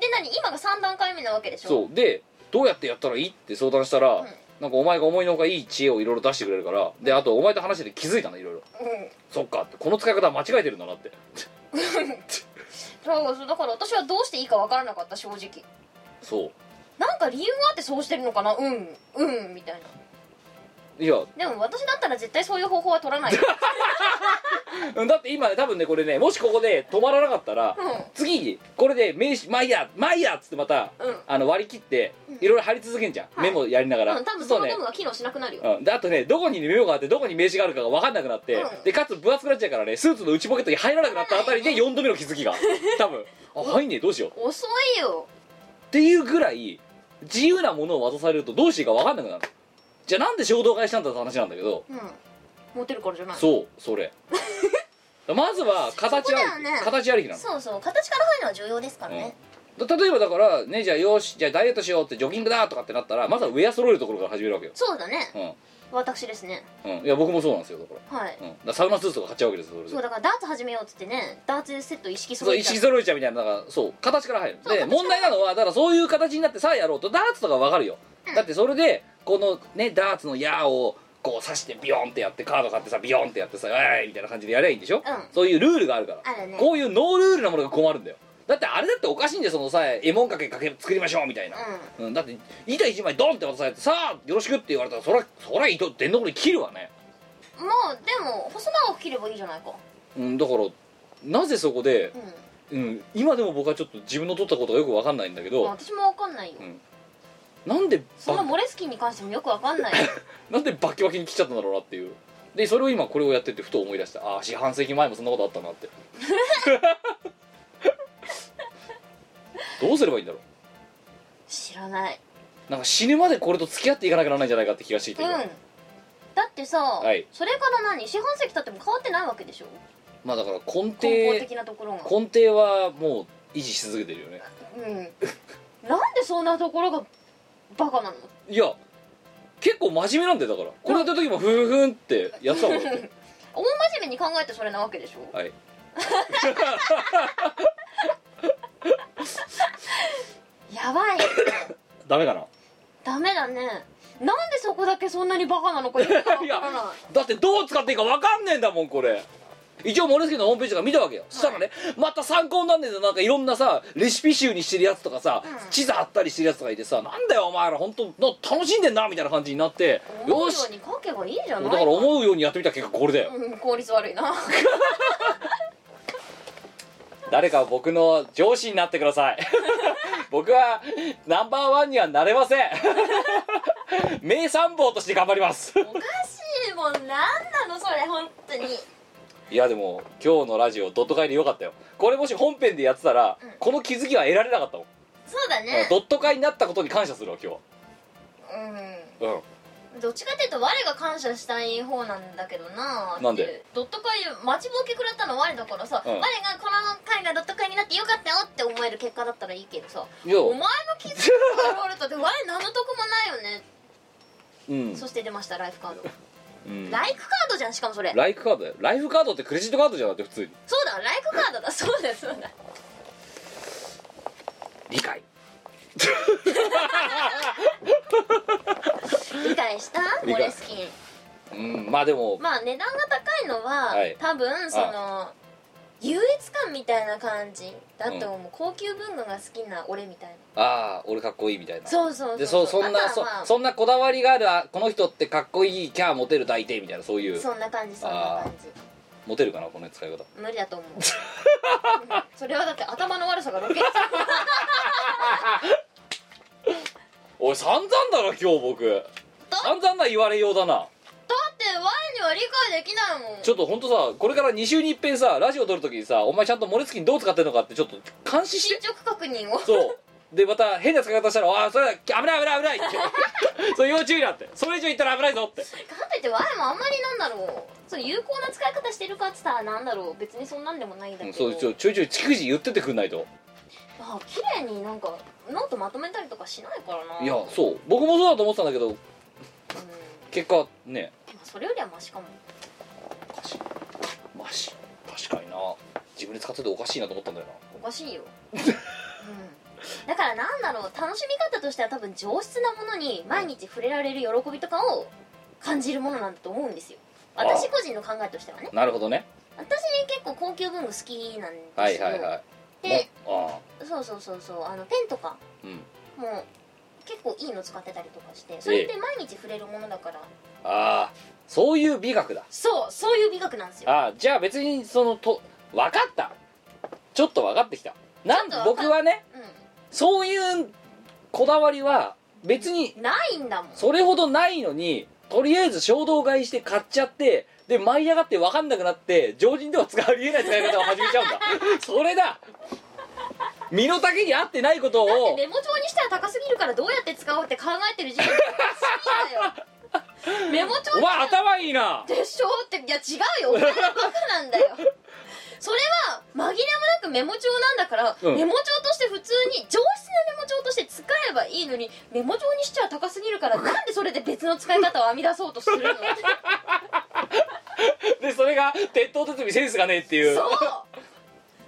S2: で何今が3段階目なわけでしょ
S1: そうでどうやってやったらいいって相談したら、
S2: ん
S1: なんかお前が思いのほかいい知恵をいろいろ出してくれるからであとお前と話してて気づいたのいろいろ
S2: うん
S1: そっかってこの使い方は間違えてるんだなって
S2: そうそうだから私はどうしていいかわからなかった正直
S1: そう
S2: なんか理由があってそうしてるのかなうんうんみたいな
S1: いや
S2: でも私だったら絶対そういう方法は取ら ないよ
S1: うんだって今ね多分ねこれねもしここで止まらなかったら、
S2: うん
S1: 次これで名刺「まあいいやまあいいや」っつってまた、
S2: うん
S1: あの割り切っていろいろ貼り続けんじゃん、メモやりながら、
S2: うん多分
S1: そ
S2: そうの
S1: ね
S2: 部分が機能しなくなるよ
S1: うん、であとねどこにメモがあってどこに名刺があるかが分かんなくなって、
S2: うん
S1: でかつ分厚くなっちゃうからねスーツの内ポケットに入らなくなったあたりで4度目の気 づきが多分あ入んねえどうしよう
S2: 遅いよ
S1: っていうぐらい自由なものを渡されるとどうしていいか分かんなくなるじゃあなんで衝動買いしたんだって話なんだけど
S2: うんモテるからじゃない
S1: そう それまずは形
S3: そ
S1: ありき、
S3: こだよね
S1: 形ありきなの
S3: そうそう形から入るのは重要ですからね、
S1: うんだ例えばだからねじゃあよしじゃあダイエットしようってジョギングだとかってなったらまずはウェア揃えるところから始めるわけよ
S2: そうだね
S1: う
S2: 私ですね
S1: ん、うん、いや僕もそうなんですよだか
S2: はい
S1: ら,、うん、だからサウナスーツとか買っちゃうわけですよそ
S2: そ
S1: れで
S2: うだからダーツ始めようっつってねダーツセット意識そ
S1: そうう
S2: い
S1: 一式
S2: う
S1: 揃えちゃうみたいなだからそう形から入る
S2: そう
S1: で
S2: 形
S1: 問題なのはだからそういう形になってさあやろうとダーツとかわかるよ、だってそれでこのねダーツの矢をこう刺してビヨンってやってカード買ってさビヨンってやってさ「えい!」みたいな感じでやりゃいいんでしょ、
S2: ん
S1: そういうルールがあるから
S2: あるね
S1: こういうノールールなものが困るんだよだってあれだっておかしいんだよそのさえもんかけかけ作りましょうみたいな、うんだって板一枚ドンって渡されて「さあよろしく」って言われたらそりゃそりゃ糸電動これ切るわね
S2: まあでも細長く切ればいいじゃないか
S1: うんだからなぜそこで
S2: う、ん
S1: うん、今でも僕はちょっと自分の取ったことがよくわかんないんだけど、
S2: まあ私もわかんないよ
S1: うんなんで
S2: そ
S1: ば
S2: のモレスキンに関してもよくわかんない
S1: なんでバッキバキに切っちゃったんだろうなっていうでそれを今これをやっててふと思い出したああ四半世紀前もそんなことあったなってどうすればいいんだろ
S2: 知らないう
S1: なんか死ぬまでこれと付き合っていかなきゃならないん じゃないかって気がしてきて
S2: うん
S1: 今
S2: だってさ、
S1: はい
S2: それから何四半世紀経っても変わってないわけでしょ
S1: まあだから根底
S2: 根本的なところが
S1: 根底はもう維持し続けてるよね
S2: うんなんでそんなところがバカなの
S1: いや結構真面目なんだよだからこれやった時もふんふんってやってたもんだ って
S2: 大真面目に考えてそれなわけでしょ
S1: はい
S2: やばい
S1: ダメかな
S2: ダメだねなんでそこだけそんなにバカなのか意味がわからない
S1: だってどう使っていいか分かんねえんだもんこれ一応モレスキのホームページとか見たわけよ、そしたらねまた参考になんねえんだよなんかいろんなさレシピ集にしてるやつとかさ、
S2: うん
S1: 地図貼ったりしてるやつとかいてさなんだよお前ら本当な楽しんでんなみたいな感じになって
S2: 思
S1: よ
S2: うよ
S1: し
S2: うに書けばいいじゃな
S1: だか
S2: い
S1: ら思うようにやってみた結果これだよ
S2: うん効 率悪いな
S1: 誰か僕の上司になってくだ さい僕はナンバーワンにはなれません 名参謀として頑張ります
S2: おかしいもんなんなのそれ本当に
S1: いやでも今日のラジオドット会でよかったよこれもし本編でやってたら、
S2: ん
S1: この気づきは得られなかったもん、
S2: そうだね
S1: ドット会になったことに感謝するわ今
S2: う
S1: 日はうん
S2: んどっちかっていうと我が感謝したい方なんだけどな
S1: なんで
S2: っていうドット会待ちぼうけ食らったの我だからさ、
S1: うん
S2: 我がこの会がドット会になってよかったよって思える結果だったらいいけどさ
S1: いや
S2: お前の気づきが現れたって我何の得もないよね
S1: うん
S2: そして出ましたライフカード
S1: うん
S2: ライフカードじゃんしかもそれ
S1: ライフカードだよライフカードってクレジットカードじゃなくて普通に
S2: そうだライフカードだそうだそうだ
S1: 理解
S2: 理解した
S1: 理解
S2: モレスキン
S1: うんまあでも、
S2: まあ値段が高いのは、
S1: はい
S2: 多分その優越感みたいな感じだと思う、高級文具が好きな俺みたいな
S1: ああ俺かっこいいみたいな
S2: そうそう
S1: でそそんな
S2: あと
S1: そ
S2: はまあ
S1: そんなこだわりがあるあこの人ってかっこいいキャーモテる大抵みたいなそういう
S2: そんな感じそんな感じ
S1: モテるかなこの使い方
S2: 無理だ と思ううんそれはだって頭の悪さが露見する
S1: おい散々だな今日僕散々な言われようだな
S2: だって我には理解できないもん
S1: ちょっとほんとさこれから2週に一遍さラジオ撮るときにさお前ちゃんとモレツキンどう使ってんのかってちょっと監視し
S2: 進
S1: て
S2: 捗確認を
S1: そうでまた変な使い方したら「ああそれだ危ない危ない危ない」ってそう要注意だって それ以上言ったら危ないぞって
S2: かといって我もあんまりなんだろうその有効な使い方してるかっつったらなんだろう別にそんなんでもないんだ
S1: う
S2: け
S1: ん
S2: ど、
S1: そうちょちょいちょい逐次言っててくんないと
S2: あ綺麗になんかノートまとめたりとかしないからない
S1: いやそう僕もそうだと思ってたんだけど
S2: うんま
S1: 結果ね
S2: あそれよりはマシかも
S1: おかしいマジ確かにな自分で使ってておかしいなと思ったんだよな
S2: おかしいよ、うん、だからなんだろう楽しみ方としては多分上質なものに毎日触れられる喜びとかを感じるものなんだと思うんですよ私個人の考えとしてはね
S1: なるほどね
S2: 私結構高級文具好きなんですよ
S1: はいはいはい
S2: で
S1: もああ
S2: そうそうそうそうあのペンとか
S1: うん
S2: も結構いいの使ってたりとかしてそれって毎日触れるものだから
S1: ああそういう美学だ
S2: そうそういう美学なんですよ
S1: ああじゃあ別にそのと分かったちょっと分かってきたなん
S2: ちょっと分か
S1: 僕はね
S2: う
S1: そういうこだわりは別に
S2: んないんだもん
S1: それほどないのにとりあえず衝動買いして買っちゃってで舞い上がって分かんなくなって常人では使われえない使い方を始めちゃうんだ それだ身の丈に合ってないことを
S2: だ ってメモ帳にしたら高すぎるからどうやって使おうって考えてる時間が不思議だよ メモ帳
S1: お
S2: に
S1: 前頭いいな
S2: でしょっていや違うよお前はバカなんだよそれは紛れもなくメモ帳なんだから、
S1: うん
S2: メモ帳として普通に上質なメモ帳として使えばいいのにメモ帳にしちゃ高すぎるからなんでそれで別の使い方を編み出 そうとするの
S1: でそれが鉄塔鉄尾センスがねえっていう
S2: そう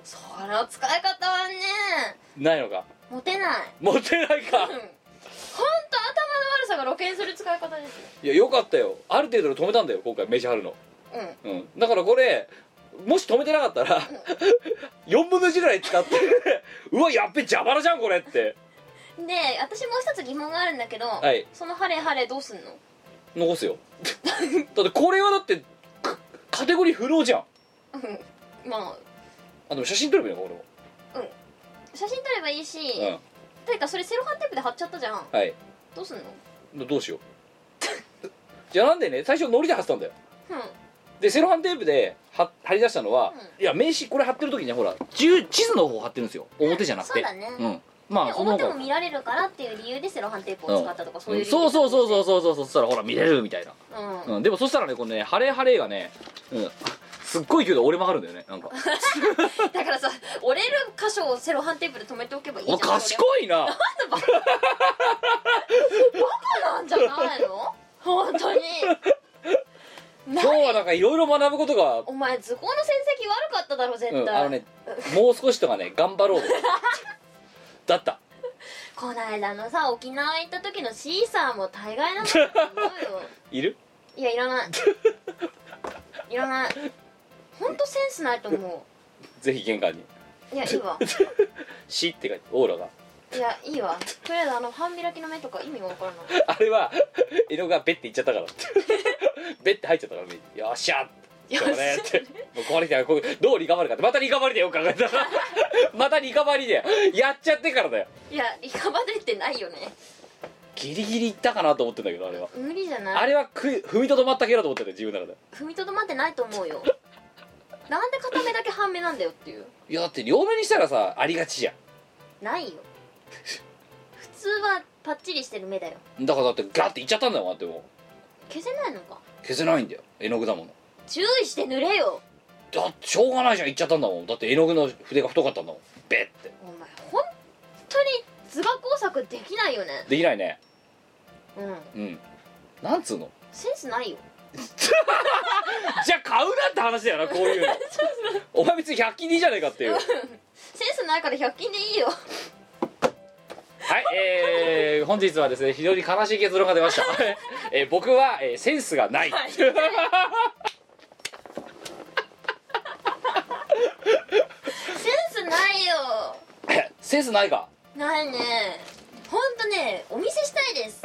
S2: その使い方はね
S1: ないのか
S2: モテない
S1: 持ってない
S2: うん
S1: か
S2: ほんと頭の悪さが露見する使い方ですよ
S1: いやよかったよある程度で止めたんだよ今回メジャー張るの
S2: うん
S1: うん、だからこれもし止めてなかったら4分の1ぐらい使って うわやっべ蛇腹じゃんこれって
S2: で私もう一つ疑問があるんだけど、
S1: はい
S2: その「ハレハレ」どうすんの
S1: 残すよだってこれはだってかカテゴリー不能じゃん
S2: うんま
S1: あでも写真撮ればいいのか
S2: あ写真撮ればいいし、
S1: 俺も
S2: ていうかそれセロハンテープで貼っちゃったじゃん
S1: うんはい
S2: どうすんの
S1: どどうしようじゃあなんでね最初ノリで貼ってたんだよ
S2: うん
S1: でセロハンテープで貼貼り出したのは、
S2: う
S1: いや名刺これ貼ってる時にねほら地地図の方貼ってるんですよ表じゃなくて
S2: そうだね
S1: うんまあ
S2: で
S1: その
S2: 表
S1: 方
S2: も
S1: が
S2: 見られるからっていう理由でセロハンテープを使ったとか、そういう理由
S1: そうそうそうそうそうそうそしたらほら見れるみたいな
S2: う、うん
S1: うん、でもそしたらねこのね「ハレハレ」がね、うん、すっごい勢いで折れ曲がるんだよねなん か「
S2: だからさ折れる箇所をセロハンテープで止めておけばいいじゃ
S1: お
S2: ん
S1: 賢い な
S2: それなんじゃないの本当 に
S1: 今日はなんかいろいろ学ぶことが、
S2: お前図工の成績悪かっただろ絶対、
S1: うん、あのねもう少しとかね頑 張ろうとだった
S2: こないだのさ沖縄行った時のシーサーも大概なもんだと思うよ
S1: いる
S2: いやい らないいらない本当センスないと思
S1: ぜひ玄関に
S2: ういやいいわ
S1: 「し」って書いてオーラが
S2: いやいいわとりあえずあの半開きの目とか意味が分からない
S1: あれは江戸がベッていっちゃったから ベッて入っちゃったからねよっしゃよっねってもう壊れてこうどうリカバリーかってまたリカバリーだよ考えた らまたリカバリーだよやっちゃってからだよ
S2: いやリカバリーってないよね
S1: ギリギリいったかなと思ってんだけどあれは
S2: 無理じゃない
S1: あれはくい踏みとどまったけだと思ってたよ自分の中で
S2: 踏みとどまってないと思うよなんで片目だけ半目なんだよっていう
S1: いやだって両目にしたらさありがちじゃ
S2: ないよ普通はパッチリしてる目だよ
S1: んだからだってガッていっちゃったんだもんだっても
S2: 消せないのか
S1: う消せないんだよ絵の具だもの
S2: 注意して塗れよ
S1: だってしょうがないじゃんいっちゃったんだもんだって絵の具の筆が太かったんだもんベッて
S2: お前本当に図画工作できないよね
S1: できないね
S2: うん
S1: うんなんつうの
S2: センスないよ
S1: じゃあ買うなって話だよなこういうのお前別に100均でいいじゃねえかっていう
S2: センスないから100均でいいよ
S1: はい、えー、本日はですね非常に悲しい結論が出ました、 えー僕は、えーセンスがない、
S2: センスないよ
S1: センスないか
S2: ないね本当ねお見せした いです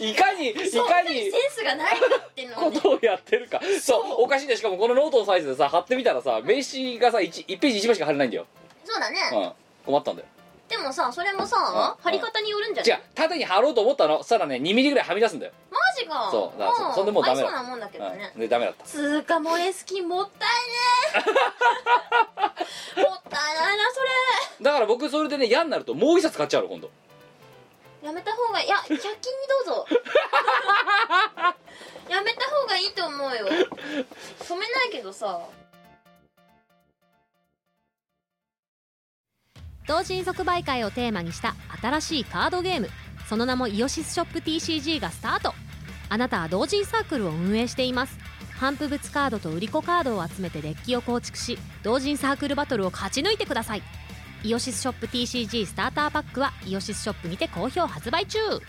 S1: いかにいか
S2: 本当
S1: に
S2: にセンスがないなってのを
S1: こ
S2: ね
S1: とをやってるかそうおかしいんだよしかもこのノートのサイズでさ貼ってみたらさ名刺がさ 1, ページ1枚しか貼れないんだよ、
S2: そうだね、
S1: うん、困ったんだよ
S2: でもさそれもさ、
S1: うん
S2: 貼り方によるんじゃない
S1: じゃあ縦に貼ろうと思ったのそしたらね2ミリぐらいはみ出すんだよ、
S2: マジか
S1: そうだからそそんでもうダメだ
S2: ありそうなもんだけどね、
S1: うん、でダメだった
S2: つうか萌えスキンもっ たいねもったいないなそ
S1: だから僕それでね嫌になるともう一冊買っちゃうの今度
S2: れやめた方がいや100均にどう ぞやめた方がいいと思うよ染めないけどさ
S5: 同人即売会をテーマにした新しいカードゲームその名もイオシスショップ TCG がスタートあなたは同人サークルを運営しています反復物カードと売り子カードを集めてデッキを構築し同人サークルバトルを勝ち抜いてくださいイオシスショップ TCG スターターパックはイオシスショップにて好評発売中は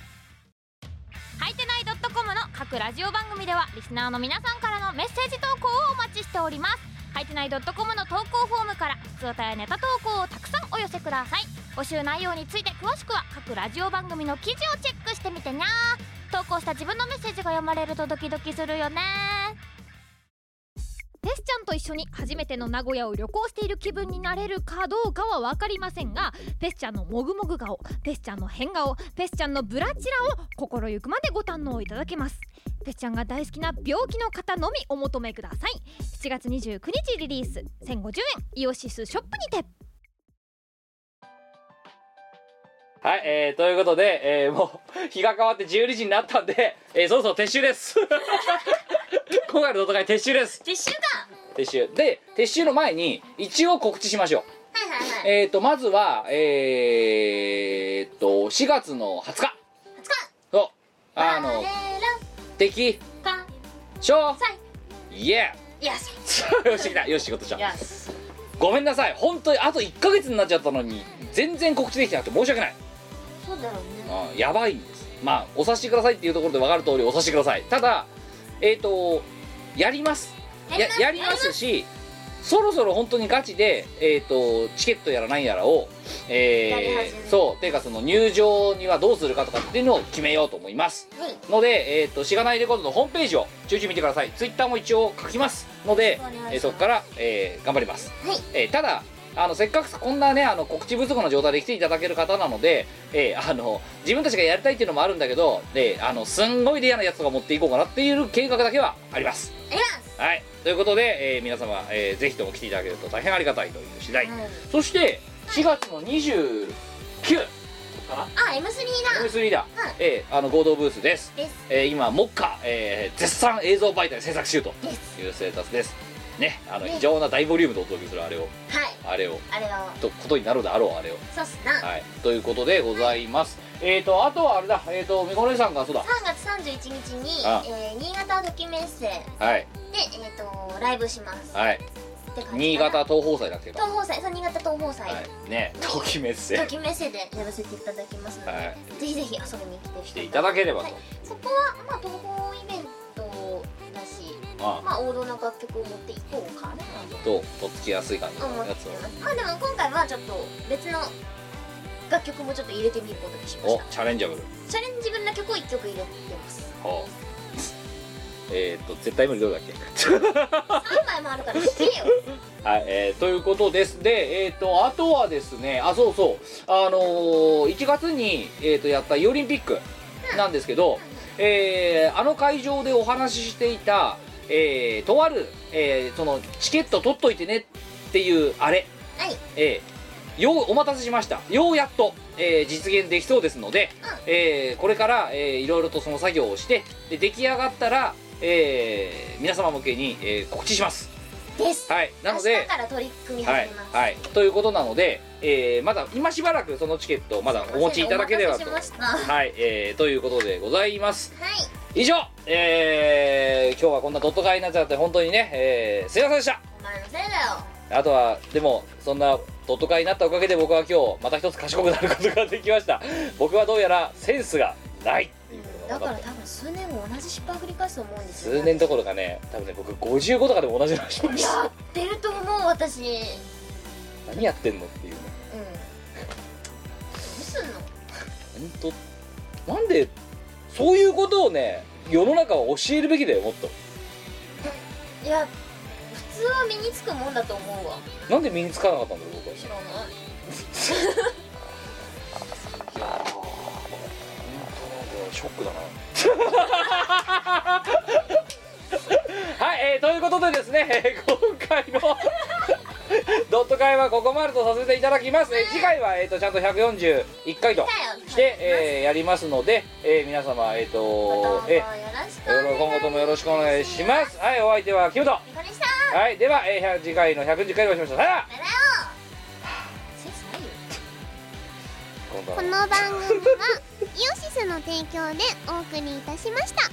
S5: いてない .com の各ラジオ番組ではリスナーの皆さんからのメッセージ投稿をお待ちしておりますはいてない .com の投稿フォームから普通歌やネタ投稿をたくさんお寄せください募集内容について詳しくは各ラジオ番組の記事をチェックしてみてにゃー投稿した自分のメッセージが読まれるとドキドキするよねテスちゃんと一緒に初めての名古屋を旅行している気分になれるかどうかは分かりませんがペスちゃんのもぐもぐ顔ペスちゃんの変顔ペスちゃんのブラチラを心ゆくまでご堪能いただけますペスちゃんが大好きな病気の方のみお求めください7月29日リリース1050円イオシスショップにて
S1: はい、えー、ということで、えー、もう日が変わって12時になったんで、えー、そろそろ撤収です 今回の戦い撤収です
S2: 撤収か
S1: 撤収で撤収の前に一応告知しましょ
S2: はいは
S1: う
S2: いはい
S1: えーとまずはえー、っと4月の20日
S2: つか
S1: そう
S2: あ
S1: あ
S2: れ
S1: の
S2: ら
S1: 敵
S2: か
S1: 将
S2: さ
S1: イエ
S2: いやさ
S1: ー よし来たよし仕事じゃん
S2: いやす
S1: ごめんなさい本当にあと1ヶ月になっちゃったのに全然告知できてなくて申し訳ない
S2: そうだろうね
S1: うんやばいんですまあお察しくださいっていうところで分かる通りお察しくださいただえっ、とやりますや
S2: やります
S1: やりますしそろそろ本当にガチで、えっとチケットやら何やらを、
S2: やり
S1: え
S2: 始
S1: ー
S2: める
S1: そうていうかその入場にはどうするかとかっていうのを決めようと思います
S2: はい
S1: ので、えー、としがないレコードのホームページを中々見てくださいツイッターも一応書きますので
S2: お願いしま、す
S1: えーそこから、えー頑張ります、
S2: はい
S1: えーただあのせっかくこんなねあの告知不足の状態で来ていただける方なので、えーあの自分たちがやりたいっていうのもあるんだけど、えーあのすんごいレアなやつとか持っていこうかなっていう計画だけはあります
S2: あり
S1: はいということで、えー皆様、えーぜひとも来ていただけると大変ありがたいという次第、
S2: ます
S1: そして4月の29かな
S2: あ M3 だ
S1: M3 だ、えーあの合同ブースです
S2: です
S1: えー今目下、えー絶賛映像媒体制作中というステータスですねあの
S2: ね
S1: 非常な大ボリュームでお届けするあれを
S2: はい
S1: あれを
S2: あれは
S1: とことになるであろうあれを
S2: そうっすな
S1: はいということでございますえーとあとはあれだえーとみこねさんがそうだ
S2: 3月31日に
S1: あ、
S2: えー新潟ドキュメッセで、
S1: はい
S2: えー、とライブします
S1: はい
S2: って感じかな
S1: 新潟東宝祭だっけど
S2: 東宝祭そう新潟東宝祭、
S1: はいねときめっせ
S2: ドキュメッセでやらせていただきますので、
S1: はい
S2: ぜひぜひ遊びに来て来
S1: していただければ
S2: は
S1: と
S2: い、そこは、まあ、東宝イベントだし、
S1: あ
S2: まあ、王道の楽曲を持っていこうかな
S1: ととっつきやすい感じ
S2: と思
S1: の
S2: って
S1: や
S2: ま
S1: つ
S2: す
S1: を
S2: まあでも今回はちょっと別の楽曲もちょっと入れてみることにしまし
S1: お
S2: た
S1: チャレンジャブル
S2: チャレンジ分な曲を1曲入れて ます
S1: ほうえーと絶対無理どれだっけ
S2: 3枚もあるから 弾けよ
S1: はい、えーということです。で、えっ、と、あとはですね、あ、そうそう、あのー1月に、えー、とやったイオリンピックなんですけど、えーあの会場でお話ししていた、えーとある、えーその、チケット取っといてねっていう、あれ、
S2: はい
S1: えーようお待たせしましたようやっと、えー実現できそうですので、えーこれから、えーいろいろとその作業をしてで出来上がったら、えー皆様向けに、えー告知します
S2: です
S1: はいなので
S2: 明日から取り組み始
S1: はい
S2: めます、
S1: はい、ということなので、えーまだ今しばらくそのチケットをまだお持ちいただければと
S2: お待たせしました
S1: はい、えーということでございます
S2: はい
S1: 以上、えー今日はこんなドット買いになっちゃって本当にね、えーすいませんでした
S2: お前のせいだよ
S1: あとはでもそんなドット会になったおかげで僕は今日また一つ賢くなることができました僕はどうやらセンスがないっていうことが分
S2: だ
S1: か
S2: か
S1: らった
S2: 多分数年後同じ失敗を繰り返すと思うんですよ
S1: 数年どころかね多分ね僕55とかでも同じ話しました
S2: やってると思う私うん
S1: 何やってんのっていうね
S2: どうすんの
S1: 本当なんでそういうことをね世の中は教えるべきだよもっと
S2: いや普通は身につくもんだと思うわ
S1: なんで身につかなかったんだろう僕は
S2: 知らない
S1: ショックだな はい、えーということでですね、えー今回の ドット会はここまでとさせていただきます、えー次回は、えー、とちゃんと141回とし
S2: 来た
S1: て、
S2: よ
S1: えーやりますので、えー皆様えっ、
S2: また
S1: と
S2: また
S1: え
S2: よろしくお願い
S1: ー今後ともよろしくお願いしますはいお相手はキムト
S2: いかがでした
S1: はいでは、えー、100次回の110回でお会いしましょうさよなら
S2: だよセンスないよ
S1: こんばんは
S3: この番組はイオシスの提供でお送りいたしました